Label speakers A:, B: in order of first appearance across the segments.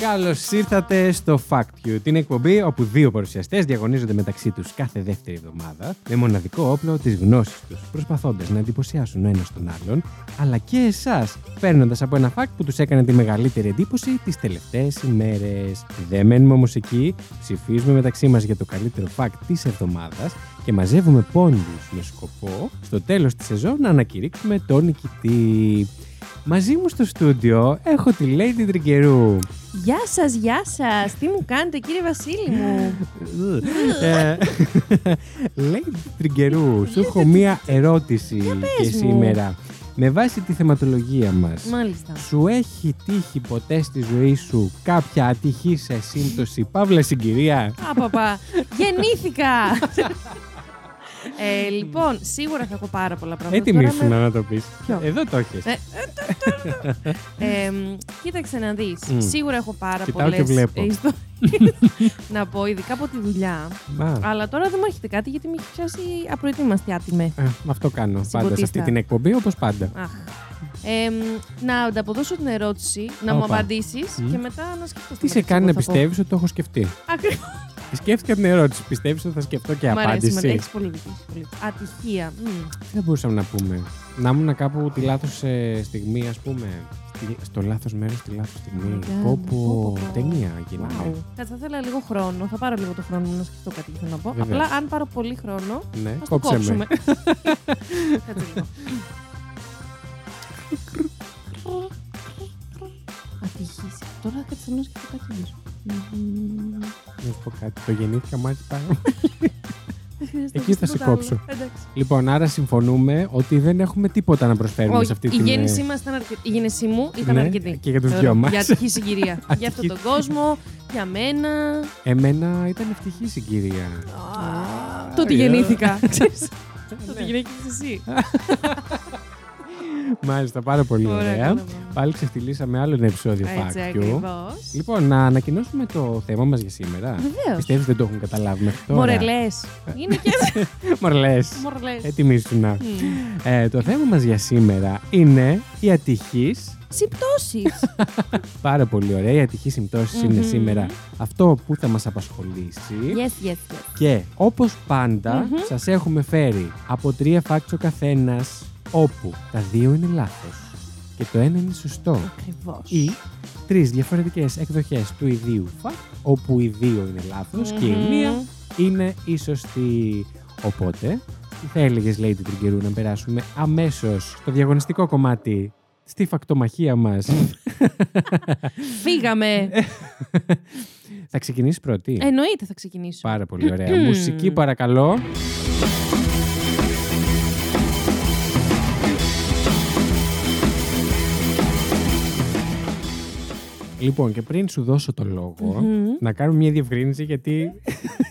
A: Καλώς ήρθατε στο Fact You, την εκπομπή όπου δύο παρουσιαστές διαγωνίζονται μεταξύ τους κάθε δεύτερη εβδομάδα με μοναδικό όπλο της γνώσης τους, προσπαθώντας να εντυπωσιάσουν ο ένας τον άλλον, αλλά και εσάς, παίρνοντας από ένα fact που τους έκανε τη μεγαλύτερη εντύπωση τις τελευταίες ημέρες. Δεν μένουμε όμως εκεί, ψηφίζουμε μεταξύ μας για το καλύτερο fact της εβδομάδας και μαζεύουμε πόντους με σκοπό στο τέλος της σεζόν να ανακηρύξουμε τον νικητή. Μαζί μου στο στούντιο έχω τη Lady Τρικερού.
B: Γεια σας, γεια σας. Τι μου κάνετε κύριε Βασίλη μου.
A: Ε, Λέει Τριγκερού, σου έχω μία ερώτηση και
B: μου.
A: σήμερα. Με βάση τη θεματολογία μας,
B: Μάλιστα.
A: σου έχει τύχει ποτέ στη ζωή σου κάποια ατυχή σε σύμπτωση, παύλα συγκυρία.
B: Άπαπα. Γεννήθηκα. ε, λοιπόν, σίγουρα θα έχω πάρα πολλά πράγματα.
A: Έτοιμη
B: Τώρα
A: ήσουν
B: με-
A: να το πεις.
B: Ποιο?
A: Εδώ το έχεις.
B: Ε, Ε, μ, κοίταξε να δεις.
A: Μμ.
B: Σίγουρα έχω πάρα
A: Κοιτάω και
B: πολλές
A: βλέπω.
B: ιστορίες να πω, ειδικά από τη δουλειά.
A: Α,
B: Αλλά τώρα δεν μου έρχεται κάτι γιατί με έχει πιάσει απροετοίμαστη άτιμη.
A: ε, Αυτό κάνω πάντα σε
B: Συμποτίστα.
A: αυτή την εκπομπή, όπως πάντα.
B: Αχ. Ε, μ, να ανταποδώσω την ερώτηση, να μου
A: Όπα.
B: απαντήσεις
A: Μμ.
B: και μετά να σκεφτώ.
A: Τι σε κάνει να πιστεύεις ότι το έχω σκεφτεί.
B: Ακριβώς.
A: Σκέφτηκα την ερώτηση. Πιστεύεις ότι θα σκεφτώ και
B: Μ' αρέσει,
A: απάντηση.
B: έχεις πολύ δίκιο. έχεις πολύ δίκιο. Ατυχία. Μμ.
A: Τι θα μπορούσαμε να πούμε. Να ήμουν κάπου τη λάθος στιγμή, ας πούμε. Στη- στο λάθος μέρος, τη λάθος στιγμή.
B: Μαγκά μου. Πω, πω,
A: Κόπο.
B: πω.
A: Ταινία
B: Wow.
A: γίναμε.
B: Κάτσε, θα ήθελα λίγο χρόνο. Θα πάρω λίγο το χρόνο μου να σκεφτώ κάτι που θέλω να πω.
A: Βεβαίως.
B: Απλά αν πάρω πολύ χρόνο,
A: Ναι,
B: ας το
A: κόψε
B: κόψουμε. λοιπόν.
A: με.
B: Κάτσε λίγο. Ατυχής. Τώρα κάτσε να σκεφτώ κάτι άλλο. Μμμ.
A: Να σου πω κάτι. Το γεννήθηκα μάτι πάνω.
B: Δεν χρειάζεται να
A: Εκεί θα
B: πεις
A: σε
B: τίποτα άλλο.
A: κόψω.
B: Εντάξει.
A: λοιπόν, άρα συμφωνούμε ότι δεν έχουμε τίποτα να προσφέρουμε σε
B: Όχι,
A: αυτή
B: η
A: την. ε,
B: γέννησή μας ήταν αρκετή. Η γέννησή μου ήταν
A: Ναι,
B: αρκετή.
A: και για τους
B: Θεωρώ.
A: δυο μας.
B: Για ατυχή συγκυρία. για αυτόν
A: Ατυχή.
B: τον κόσμο, για μένα.
A: Εμένα ήταν ευτυχή συγκυρία. Ε,
B: Το ότι
A: yeah.
B: γεννήθηκα. Ξέρεις,
A: ναι.
B: Το ότι γεννήθηκες εσύ.
A: Μάλιστα, πάρα πολύ
B: Ωραία,
A: ωραία.
B: καλά, μάνα.
A: Πάλι ξεφτυλίσαμε άλλο ένα επεισόδιο
B: Έτσι
A: φάκτιου.
B: ακριβώς.
A: Λοιπόν, να ανακοινώσουμε το θέμα μας για σήμερα.
B: Βεβαίως.
A: Πιστεύεις δεν το έχουν καταλάβει μέχρι τώρα.
B: Μορελές. Είναι και έτσι.
A: Μορελές.
B: Μορελές.
A: Έτοιμη σου να.
B: Μμμ.
A: Ε, το θέμα μας για σήμερα είναι η ατυχής.
B: Συμπτώσεις.
A: Πάρα πολύ ωραία. Η ατυχή συμπτώσεις είναι
B: Μμμ.
A: σήμερα αυτό που θα μας απασχολήσει.
B: Yes, yes, yes.
A: Και όπως πάντα
B: Μμμ.
A: σας έχουμε φέρει από τρία φάξο καθένας όπου τα δύο είναι λάθος και το ένα είναι σωστό.
B: Ακριβώς.
A: Ή τρεις διαφορετικές εκδοχές του ιδίου φακ όπου οι δύο είναι λάθος και η
B: Μμμ.
A: μία είναι η σωστή. Οπότε, τι θα έλεγες, λέει την Τριγκερού, να περάσουμε αμέσως στο διαγωνιστικό κομμάτι, στη φακτομαχία μας.
B: Φύγαμε.
A: Ε. θα ξεκινήσεις πρώτη.
B: Εννοείται θα ξεκινήσω.
A: Πάρα πολύ ωραία. Μουσική, παρακαλώ. Λοιπόν, και πριν σου δώσω το λόγο,
B: Μμμ.
A: να κάνουμε μια διευκρίνηση γιατί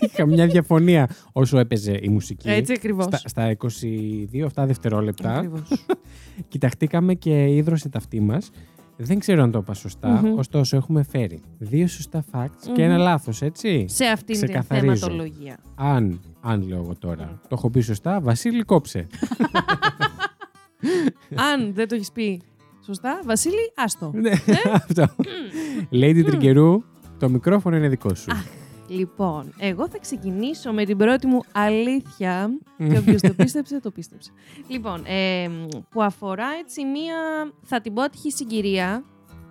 A: είχα μια διαφωνία όσο έπαιζε η μουσική.
B: Έτσι ακριβώς.
A: Στα, στα 22 αυτά δευτερόλεπτα
B: Ακριβώς.
A: κοιταχτήκαμε και ίδρωσε τα αυτή μας. Δεν ξέρω αν το είπα σωστά,
B: Μμμ.
A: ωστόσο έχουμε φέρει δύο σωστά facts
B: Μμμ.
A: και ένα λάθος, έτσι.
B: Σε αυτήν την
A: Ξεκαθαρίζω.
B: θεματολογία.
A: Αν, αν λέω εγώ
B: Ναι.
A: τώρα, το έχω πει σωστά, Βασίλη κόψε.
B: Αν δεν το έχεις πει σωστά, Βασίλη, άστο.
A: Ναι, Αυτό. Lady Τριγκερού, το μικρόφωνο είναι δικό σου.
B: Λοιπόν, εγώ θα ξεκινήσω με την πρώτη μου αλήθεια. Και όποιος το πίστεψε, το πίστεψε. Λοιπόν, ε, που αφορά έτσι μία. Θα την πω άτυχη συγκυρία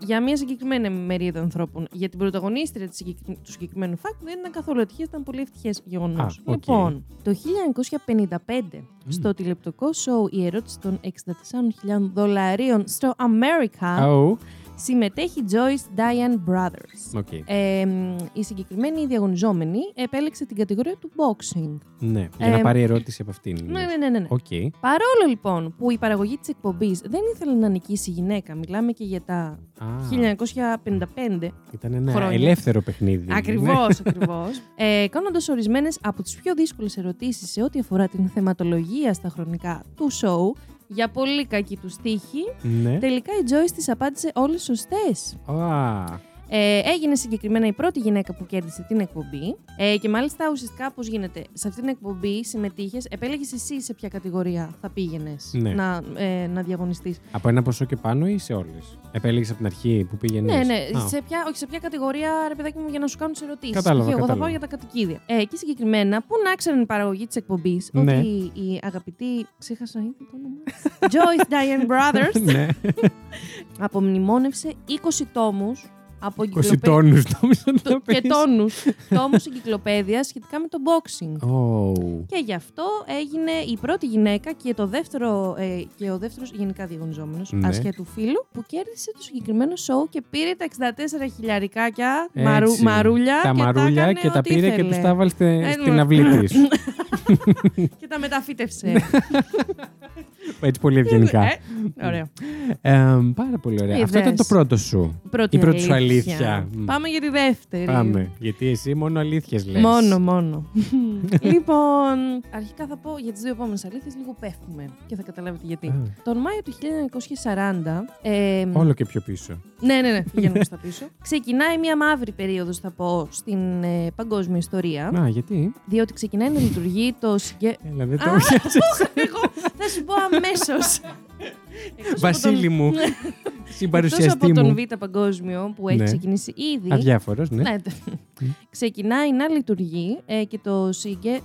B: για μία συγκεκριμένη μερίδα ανθρώπων. Για την πρωταγωνίστρια της συγκεκρι- του συγκεκριμένου φάκτου δεν ήταν καθόλου ατυχές, ήταν πολύ ευτυχές γεγονός.
A: Α, οκ.
B: Λοιπόν, το 1955, στο τηλεπτικό σοου Η ερώτηση των 64.000 δολαρίων στο America.
A: Αου.
B: Συμμετέχει Joyce Diane Brothers.
A: Οκ.
B: Ε, μ, η συγκεκριμένη διαγωνιζόμενη επέλεξε την κατηγορία του boxing.
A: Ναι, για
B: ε,
A: να πάρει ερώτηση από αυτήν.
B: Ναι, ναι, ναι, ναι. ναι.
A: Οκ.
B: Παρόλο λοιπόν που η παραγωγή της εκπομπής δεν ήθελε να νικήσει γυναίκα, μιλάμε και για τα
A: Α,
B: 1955,
A: Ήταν ένα
B: χρόνια.
A: ελεύθερο παιχνίδι. Ναι.
B: Ακριβώς, ακριβώς. Ε, κάνοντας ορισμένες από τις πιο δύσκολες ερωτήσεις σε ό,τι αφορά την θεματολογία στα χρονικά του σοου, για πολύ κακή του τύχη,
A: Ναι.
B: τελικά η Joyce της απάντησε όλες σωστές.
A: Α,
B: Ε, έγινε συγκεκριμένα η πρώτη γυναίκα που κέρδισε την εκπομπή. Ε, και μάλιστα ουσιαστικά πώς γίνεται. Σε αυτή την εκπομπή συμμετείχες, επέλεγε εσύ σε ποια κατηγορία θα πήγαινες
A: Ναι.
B: να, ε, να διαγωνιστείς.
A: από ένα ποσό και πάνω ή σε όλες. Επέλεγε από την αρχή που πήγαινες.
B: Ναι, ναι. Σε ποια, όχι, σε ποια κατηγορία, ρε παιδάκι μου, για να σου κάνουν τις ερωτήσεις.
A: Κατάλαβα,
B: Εγώ θα
A: κατάλαβα.
B: πάω για τα κατοικίδια. Ε, και συγκεκριμένα, πού να ξέρουν η παραγωγή της εκπομπής
A: Ναι.
B: ότι η αγαπητή. Ξέχασα ήδη το όνομα. Joyce Diane Brothers
A: ναι.
B: απομνημόνευσε 20 τόμους από
A: 20
B: εγκυκλοπαίδεια-
A: τόνου νόμιζα να
B: το- και
A: πεις.
B: τόνους τόμου εγκυκλοπαίδεια σχετικά με το boxing.
A: Ω.
B: Και γι' αυτό έγινε η πρώτη γυναίκα και, το δεύτερο, ε, και ο δεύτερος γενικά διαγωνιζόμενος
A: Ναι.
B: ασχέτου φίλου που κέρδισε το συγκεκριμένο σοου και πήρε τα 64 χιλιαρικάκια
A: Έτσι.
B: μαρου- μαρούλια.
A: Τα μαρούλια
B: έκανε
A: και τα
B: ό,τι
A: πήρε και
B: ήθελε.
A: τους τα βάλει
B: Ε,
A: στην
B: μα-
A: αυλή της.
B: Και τα μεταφύτευσε.
A: Ναι, Έτσι πολύ ευγενικά.
B: Ε, Ωραία.
A: Ε, πάρα πολύ ωραία. Αυτό ήταν
B: Είδες.
A: το πρώτο σου.
B: Πρώτη
A: Η πρώτη σου
B: αλήθεια.
A: αλήθεια. Μμ.
B: Πάμε για τη δεύτερη.
A: Πάμε. Γιατί εσύ μόνο αλήθειες λες.
B: Μόνο, μόνο. λοιπόν, αρχικά θα πω για τις δύο επόμενες αλήθειες λίγο πέφτουμε και θα καταλάβετε γιατί. Τον Μάιο του 1940, ε,
A: Όλο και πιο πίσω.
B: ναι, ναι, ναι, πηγαίνω προς τα πίσω, ξεκινάει μια μαύρη περίοδος, θα πω, στην ε, παγκόσμια ιστορία,
A: Α, γιατί.
B: διότι ξεκινάει να λειτουργεί το συγκε...
A: Έλα, δεν
B: Α,
A: Ε, το πιάσε.
B: Εγώ θα σου πω αμέσως. Εκτός από
A: Βασίλη
B: τον-
A: μου.
B: Εκτός από
A: Συμπαρουσιαστή
B: τον
A: μου.
B: Β' παγκόσμιο που έχει
A: Ναι.
B: ξεκινήσει ήδη,
A: Αδιάφορος, ναι.
B: ναι, ξεκινάει να λειτουργεί ε, και το συγκε...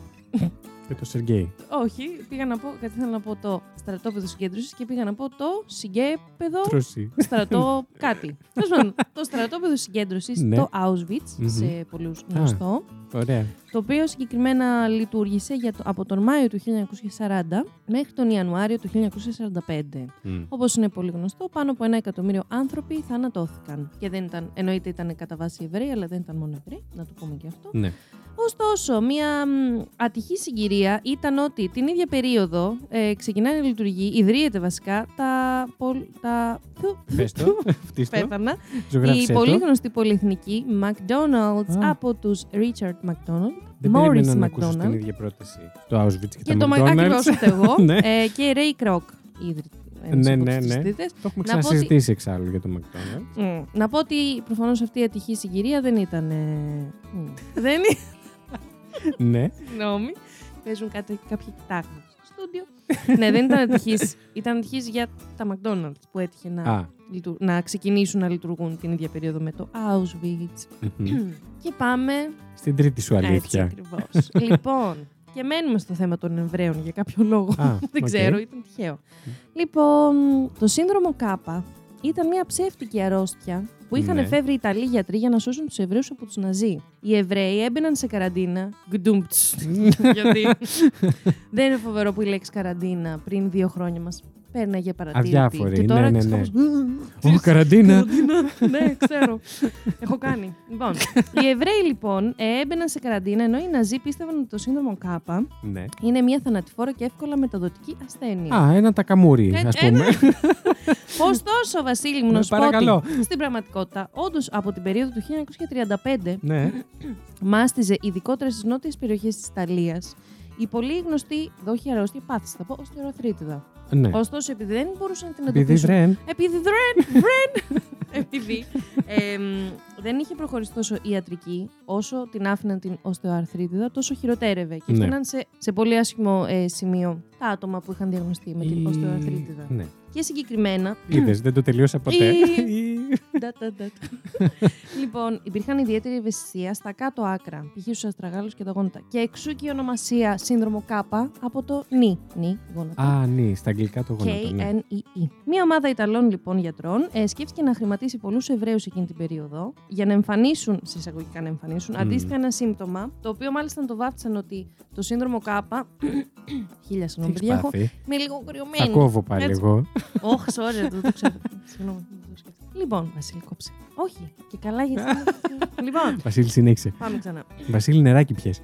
A: Και το Σεργέη.
B: Όχι, πήγα να πω, κάτι θέλω να πω το στρατόπεδο συγκέντρωσης και πήγα να πω το συγκέπεδο
A: Τρωσί.
B: στρατό κάτι. Τέλος πάντων, το στρατόπεδο συγκέντρωσης,
A: Ναι.
B: το Auschwitz,
A: Μμμ.
B: σε πολλούς γνωστό,
A: Ωραία.
B: το οποίο συγκεκριμένα λειτουργήσε για το, από τον Μάιο του 1940 μέχρι τον Ιανουάριο του 1945.
A: Μμ.
B: Όπως είναι πολύ γνωστό, πάνω από ένα εκατομμύριο άνθρωποι θανατώθηκαν. Και δεν ήταν, εννοείται ήταν κατά βάση Εβραίοι, αλλά δεν ήταν μόνο Εβραίοι, να το πούμε και αυτό.
A: Ναι.
B: Ωστόσο, μια μ, ατυχή συγκυρία ήταν ότι την ίδια περίοδο ε, ξεκινάει να λειτουργεί, ιδρύεται βασικά τα. πολ- τα του-
A: Πες το. Φτύστο.
B: πέθανα. Η
A: Ζωγράφισε
B: πολύ
A: το.
B: γνωστή πολυεθνική McDonald's
A: Α.
B: από τους Richard McDonald,
A: Δεν
B: Morris
A: περίμενα να ακούσω την
B: McDonald
A: ίδια πρόταση. Το Auschwitz και
B: και
A: το
B: το
A: McDonald's.
B: ακριβώς ούτε εγώ
A: Ναι.
B: ε, και Ray Kroc. ίδρυ- ένας
A: Ναι,
B: από
A: ναι,
B: τους
A: ναι.
B: ιδρυτές.
A: Το έχουμε
B: Να πω ότι-
A: ξανασυζητήσει εξάλλου για το McDonald's.
B: Μμ. Να πω ότι προφανώς αυτή η ατυχή συγκυρία δεν ήταν... ε, μ. δεν είναι...
A: Ναι.
B: Συγγνώμη. Παίζουν κάτι, κάποια κοιτάγματα στο στούντιο. ναι, δεν ήταν ατυχής. Ήταν ατυχής για τα McDonald's που έτυχε να,
A: Α.
B: λειτου- να ξεκινήσουν να λειτουργούν την ίδια περίοδο με το Auschwitz.
A: μμμ.
B: και πάμε...
A: Στην τρίτη σου
B: Έτσι
A: αλήθεια.
B: ακριβώς. λοιπόν, και μένουμε στο θέμα των Εβραίων για κάποιο λόγο.
A: Α,
B: δεν
A: οκ.
B: ξέρω, ήταν τυχαίο. λοιπόν, το σύνδρομο Κάπα ήταν μια ψεύτικη αρρώστια που είχαν
A: Ναι.
B: εφεύρει οι Ιταλοί γιατροί για να σώσουν τους Εβραίους από τους Ναζί. Οι Εβραίοι έμπαιναν σε καραντίνα. Γκντούμπτς. Γιατί. Δεν είναι φοβερό που η λέξη καραντίνα πριν δύο χρόνια μας πέρναγε παρατήρητη.
A: Αδιάφορη,
B: Και τώρα
A: ναι, ναι, ναι.
B: Τρεις
A: Ω, καραντίνα.
B: Καραντίνα. ναι, ξέρω. Έχω κάνει. Λοιπόν, οι Εβραίοι λοιπόν ε, έμπαιναν σε καραντίνα ενώ οι Ναζί πίστευαν ότι το σύνδρομο Κάπα
A: Ναι.
B: είναι μια θανατηφόρα και εύκολα μεταδοτική ασθένεια.
A: Α, ένα τακαμούρι,
B: Κα-
A: ας πούμε.
B: Ωστόσο, Βασίλη μου, να
A: Ναι,
B: σου πω
A: παρακαλώ.
B: ότι στην πραγματικότητα, όντως από την περίοδο του 1935
A: Ναι.
B: μάστιζε ειδικότερα στις νότιες περιοχές της Ιταλίας η πολύ γνωστή, εδώ όχι αρρώστια, πάθηση, θα πω, οστεροαθρίτιδα.
A: Ναι.
B: Ωστόσο, επειδή δεν μπορούσαν να την
A: Επειδή
B: εντοπίσουν
A: βρέν.
B: επειδή βρεν, βρεν, επειδή εμ, δεν είχε προχωρήσει τόσο η ιατρική όσο την άφηναν την οστεοαρθρίτιδα, τόσο χειροτέρευε και
A: Ναι.
B: έφταναν σε, σε πολύ άσχημο ε, σημείο τα άτομα που είχαν διαγνωστεί με την
A: Ή-
B: οστεοαρθρίτιδα.
A: Ναι.
B: Και συγκεκριμένα.
A: Είδες, δεν το τελείωσα ποτέ.
B: Ή-
A: Ή-
B: Ντα, ντα, ντα. λοιπόν, υπήρχαν ιδιαίτερη ευαισθησία στα κάτω άκρα, π.χ. στους αστραγάλους και τα γόνατα. Και εξού και η ονομασία σύνδρομο Κάπα από το νι. Νι, γόνατα.
A: Α, ναι, στα αγγλικά το γόνατο. ναι.
B: K-N-E-E. E Μία ομάδα Ιταλών λοιπόν γιατρών ε, σκέφτηκε να χρηματίσει πολλούς Εβραίους εκείνη την περίοδο για να εμφανίσουν, σε εισαγωγικά να εμφανίσουν,
A: Μμμ.
B: αντίστοιχα ένα σύμπτωμα, το οποίο μάλιστα το βάφτισαν ότι το σύνδρομο Κάπα. Χίλια
A: Τι
B: συγγνώμη,
A: έχεις
B: παιδιά, έχω.
A: πάθει.
B: Είμαι λίγο
A: Θα
B: κρυωμένη.
A: κόβω πάλι
B: Έτσι.
A: εγώ.
B: Όχι, sorry, δεν το ξέρω. Συγγνώμη, δεν το σκέφτηκα. Λοιπόν, Βασίλη, κόψε. Όχι, και καλά γιατί. λοιπόν,
A: Βασίλη, συνέχισε.
B: πάμε ξανά.
A: Βασίλη, νεράκι πιες.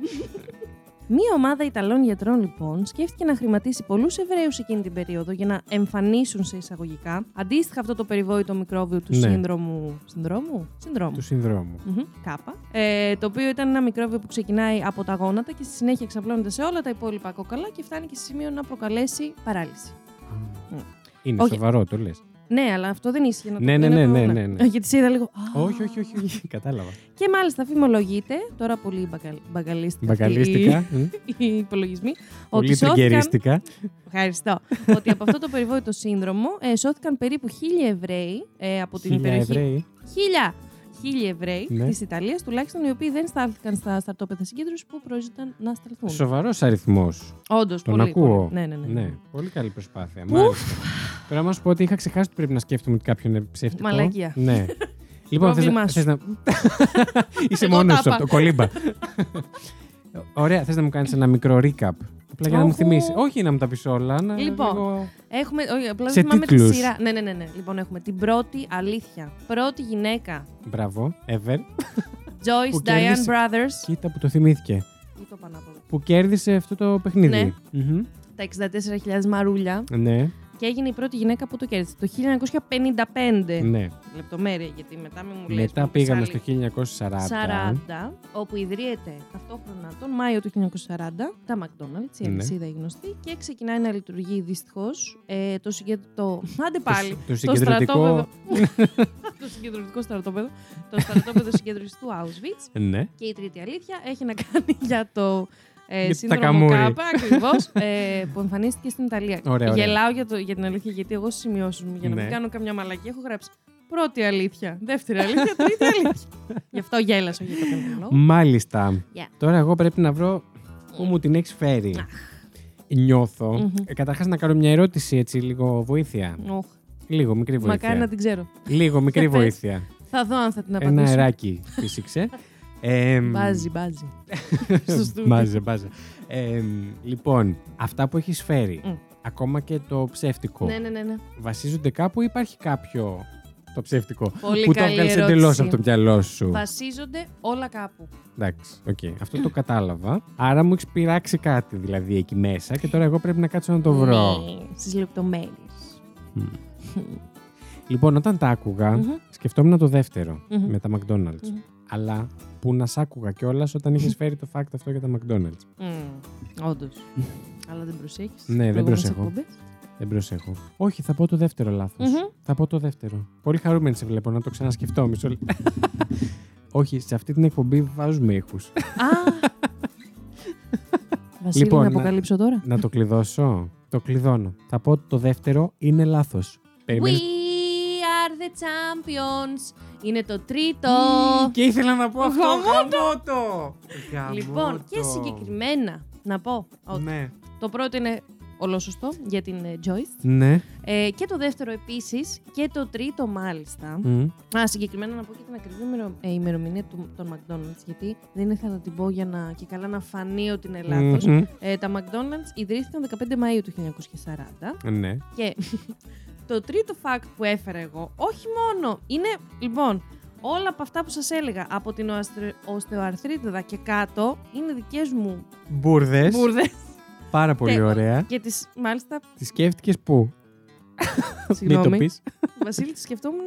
B: Μία ομάδα Ιταλών γιατρών, λοιπόν, σκέφτηκε να χρηματίσει πολλούς Εβραίους εκείνη την περίοδο για να εμφανίσουν σε εισαγωγικά αντίστοιχα αυτό το περιβόητο μικρόβιο του
A: Ναι.
B: σύνδρομου. Συνδρόμου? Συνδρόμου.
A: Του συνδρόμου.
B: Μμμ, Κάπα. Ε, το οποίο ήταν ένα μικρόβιο που ξεκινάει από τα γόνατα και στη συνέχεια εξαπλώνεται σε όλα τα υπόλοιπα κόκαλα και φτάνει και σε σημείο να προκαλέσει παράλυση.
A: Α, Είναι
B: Όχι.
A: σοβαρό, το λες.
B: Ναι, αλλά αυτό δεν ίσχυε να το
A: Ναι, ναι,
B: είναι
A: ναι,
B: το-
A: ναι, ναι, ναι.
B: Γιατί σε είδα λίγο. «Α».
A: Όχι, όχι, όχι, όχι. Κατάλαβα.
B: Και μάλιστα φημολογείται, τώρα πολύ μπακα- μπαγκαλίστηκα. αυτή
A: Μπακαλίστηκα. μ,
B: Οι, οι υπολογισμοί.
A: Πολύ
B: ότι σώθηκαν.
A: τριγκερίστηκα.
B: Ευχαριστώ. ότι από αυτό το περιβόητο σύνδρομο ε, σώθηκαν περίπου χίλιοι Εβραίοι ε, από την
A: Χίλια
B: περιοχή.
A: Εβραίοι.
B: Χίλια! Χίλιοι Εβραίοι
A: Ναι.
B: της Ιταλίας, τουλάχιστον οι οποίοι δεν στάλθηκαν στα στρατόπεδα συγκέντρωσης που προέζηταν να σταλθούν.
A: Σοβαρός αριθμός.
B: Όντως,
A: Τον
B: πολύ.
A: ακούω.
B: πολύ. Ναι, ναι, ναι.
A: Ναι, πολύ καλή προσπάθεια. Μάλιστα. Τώρα να σου πω ότι είχα ξεχάσει ότι πρέπει να σκέφτομαι ότι κάποιον είναι ψεύτικο.
B: Μαλακία.
A: Ναι. Λοιπόν, θες
B: Πρόβλημά
A: να,
B: σου.
A: θες να... Είσαι
B: Εγώ
A: μόνο
B: τα
A: σου από το
B: είπα.
A: κολύμπα. Ωραία, θες να μου κάνεις ένα μικρό recap. Απλά για να μου
B: Όχου.
A: θυμίσει. Όχι να μου τα πεις όλα. Να,
B: Λοιπόν.
A: λίγο-
B: Έχουμε, όχι, απλά
A: Σε
B: δεν θυμάμαι τη
A: τίτλους.
B: σειρά. Ναι, ναι, ναι, ναι. Λοιπόν, έχουμε την πρώτη αλήθεια. Πρώτη γυναίκα.
A: Μπράβο, Εύερ. Που
B: Joyce Diane
A: κέρδισε.
B: Brothers.
A: Κοίτα που το θυμήθηκε.
B: Ή το πάνω απ' όλα.
A: Που κέρδισε αυτό το παιχνίδι.
B: Ναι.
A: Μμμ.
B: Τα 64.000 μαρούλια.
A: Ναι,
B: Και έγινε η πρώτη γυναίκα που το κέρδισε. Το 1955.
A: ναι.
B: Λεπτομέρεια, γιατί μετά μην μου Ε, λες.
A: Μετά
B: μου πεις
A: πήγαμε
B: άλλη.
A: στο 1940.
B: 40, όπου ιδρύεται ταυτόχρονα τον Μάιο του 1940 τα McDonald's, η
A: Ναι.
B: αλυσίδα η γνωστή, και ξεκινάει να λειτουργεί δυστυχώς ε, το, συγκε... το... Άντε πάλι,
A: Το, το συγκεντρωτικό.
B: στρατόπεδο- το συγκεντρωτικό στρατόπεδο, το στρατόπεδο συγκέντρωσης του Auschwitz.
A: Ναι.
B: Και η τρίτη αλήθεια έχει να κάνει για το
A: Για
B: ε,
A: τα
B: σύνδρομο
A: καμούρι.
B: Κάπα, ακριβώς, ε, που εμφανίστηκε στην Ιταλία.
A: Ωραία, ωραία.
B: Γελάω για, το, για την αλήθεια, γιατί εγώ στι σημειώσει μου, για να
A: Ναι.
B: μην κάνω καμιά μαλακή, έχω γράψει πρώτη αλήθεια, δεύτερη αλήθεια, τρίτη αλήθεια. Γι' αυτό γέλασα για κάποιον λόγο.
A: Μάλιστα.
B: Yeah.
A: Τώρα εγώ πρέπει να βρω πού μου την έχεις φέρει. Νιώθω.
B: Μμμ.
A: Ε, Καταρχάς να κάνω μια ερώτηση έτσι, λίγο βοήθεια.
B: Οχ,
A: Λίγο μικρή βοήθεια.
B: μακάρι να την ξέρω.
A: Λίγο μικρή
B: Για πες.
A: βοήθεια.
B: Θα δω αν θα την
A: Ένα
B: απαντήσω.
A: αεράκι φύσηξε. Ε, μ,
B: Μπάζει, μπάζει. Στο στούντιο.
A: Μπάζε, μπάζε. Ε, μ, λοιπόν, αυτά που έχεις φέρει,
B: Μμ.
A: ακόμα και το ψεύτικο,
B: Ναι, ναι, ναι, ναι.
A: βασίζονται κάπου ή υπάρχει κάποιο το ψεύτικο
B: Πολύ
A: που το
B: καλή
A: έβγαλε
B: ερώτηση.
A: εντελώς από το μυαλό σου.
B: Βασίζονται όλα κάπου.
A: Εντάξει, οκ. Αυτό το κατάλαβα. Άρα μου έχεις πειράξει κάτι δηλαδή εκεί μέσα και τώρα εγώ πρέπει να κάτσω να το βρω.
B: Ναι. Στις λεπτομέρειες.
A: Λοιπόν, όταν τα ακουγα
B: Μμμ.
A: σκεφτόμουν το δευτερο
B: Μμμ.
A: με τα McDonald's.
B: Μμμ.
A: Αλλά που να σ' άκουγα κιόλας όταν είχες φέρει το fact αυτό για τα McDonald's.
B: Όντως. Αλλά δεν προσέχεις.
A: Ναι, δεν προσέχω. Δεν προσέχω. Όχι, θα πω το δεύτερο λάθος.
B: Μμμ.
A: Θα πω το δεύτερο. Πολύ χαρούμενη σε βλέπω να το ξανασκεφτώ. Μισό λε- Όχι, σε αυτή την εκπομπή βάζουμε ήχους.
B: Α! Βασίλη,
A: Λοιπόν,
B: να
A: ναι.
B: αποκαλύψω τώρα.
A: να το κλειδώσω. Το κλειδώνω. Θα πω το δεύτερο είναι λάθος.
B: We are the champions. Είναι το τρίτο.
A: Και ήθελα να πω αυτό.
B: Γαμώτο.
A: Γαμώ το. Γαμώ
B: Λοιπόν, και
A: το.
B: συγκεκριμένα να πω ότι
A: Ναι.
B: το πρώτο είναι ολόσωστο για την ε, Joyce.
A: Ναι.
B: Ε, και το δεύτερο επίσης και το τρίτο μάλιστα.
A: Μμ.
B: Α, συγκεκριμένα να πω και την ακριβή ημερο- ε, ημερομηνία του, των McDonald's, γιατί δεν ήθελα να την πω για να και καλά να φανεί ότι είναι λάθος.
A: Μμμ.
B: Ε, τα McDonald's ιδρύθηκαν 15 Μαΐου του 1940
A: Ναι.
B: και το τρίτο fact που έφερα εγώ, όχι μόνο, είναι λοιπόν όλα από αυτά που σας έλεγα από την οαστρε- οστεοαρθρίτιδα και κάτω είναι δικές μου
A: Μπούρδε.
B: μπουρδες
A: Πάρα πολύ
B: Τε-
A: ωραία.
B: και τις μάλιστα,
A: Τη σκέφτηκες πού. Μην το
B: συγγνώμη,
A: πεις.
B: Βασίλη, τη σκεφτόμουν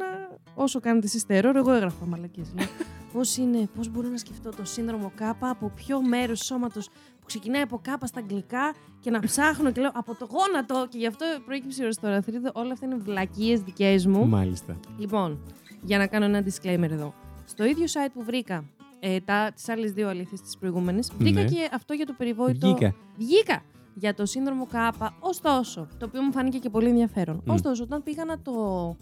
B: όσο κάνετε εσείς τερόρ, εγώ έγραφα μαλακίες. Λέω, πώς είναι, πώς μπορώ να σκεφτώ το σύνδρομο Κάπα, από ποιο μέρος του σώματος που ξεκινάει από Κάπα στα αγγλικά και να ψάχνω και λέω από το γόνατο και γι' αυτό προέκυψε η οστεοαρθρίτιδα, όλα αυτά είναι βλακίες δικές μου.
A: Μάλιστα.
B: Λοιπόν, για να κάνω ένα disclaimer εδώ. Στο ίδιο site που βρήκα ε, τα, τις άλλες δύο αλήθειες της προηγούμενης, βρήκα
A: Ναι.
B: και αυτό για το περιβόητο...
A: Βγήκα.
B: Βγήκα για το σύνδρομο Κάπα, ωστόσο, το οποίο μου φάνηκε και πολύ ενδιαφέρον.
A: Μμ.
B: Ωστόσο, όταν πήγα να το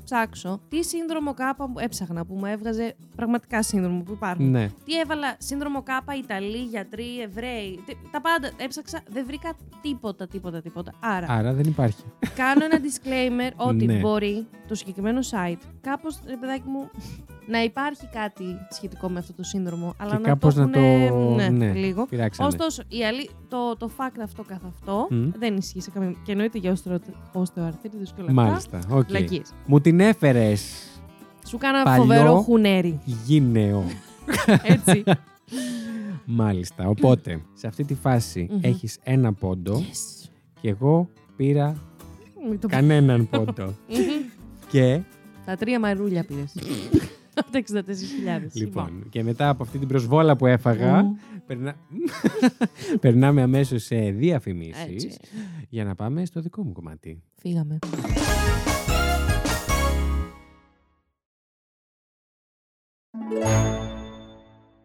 B: ψάξω, τι σύνδρομο Κάπα μου έψαχνα που μου έβγαζε πραγματικά σύνδρομο που υπάρχουν.
A: Ναι.
B: Τι έβαλα, σύνδρομο Κάπα, Ιταλοί, γιατροί, Εβραίοι. τι- Τα πάντα. Έψαξα, δεν βρήκα τίποτα, τίποτα, τίποτα. Άρα,
A: Άρα δεν υπάρχει.
B: κάνω ένα disclaimer ότι
A: Ναι.
B: μπορεί το συγκεκριμένο site κάπως, ρε παιδάκι μου, να υπάρχει κάτι σχετικό με αυτό το σύνδρομο. Αλλά να
A: κάπως
B: το
A: να το-
B: έχουνε- Ναι,
A: ναι.
B: λίγο.
A: Πειράξανε.
B: Ωστόσο, η αλή... το, το fact αυτό καθ' αυτό
A: Μμ.
B: δεν ισχύει σε καμία. Και εννοείται για όστεο- οστεοαρθρίτιδες και όλα αυτά.
A: Μάλιστα. οκ.
B: Βλακίες.
A: Μου την έφερες.
B: Σου κάνα
A: Παλιό.
B: φοβερό χουνέρι.
A: Γίνεο.
B: Έτσι.
A: Μάλιστα. Οπότε, σε αυτή τη φάση
B: Μμμ.
A: έχεις ένα πόντο
B: Yes.
A: και εγώ πήρα
B: Μην το πω.
A: κανέναν πόντο. και
B: Τα τρία μαρούλια πήρες. Από τα 64.000.
A: λοιπόν, και μετά από αυτή την προσβόλα που έφαγα,
B: Μμμ.
A: περνά- περνάμε αμέσως σε
B: Έτσι.
A: διαφημίσεις για να πάμε στο δικό μου κομμάτι.
B: Φύγαμε.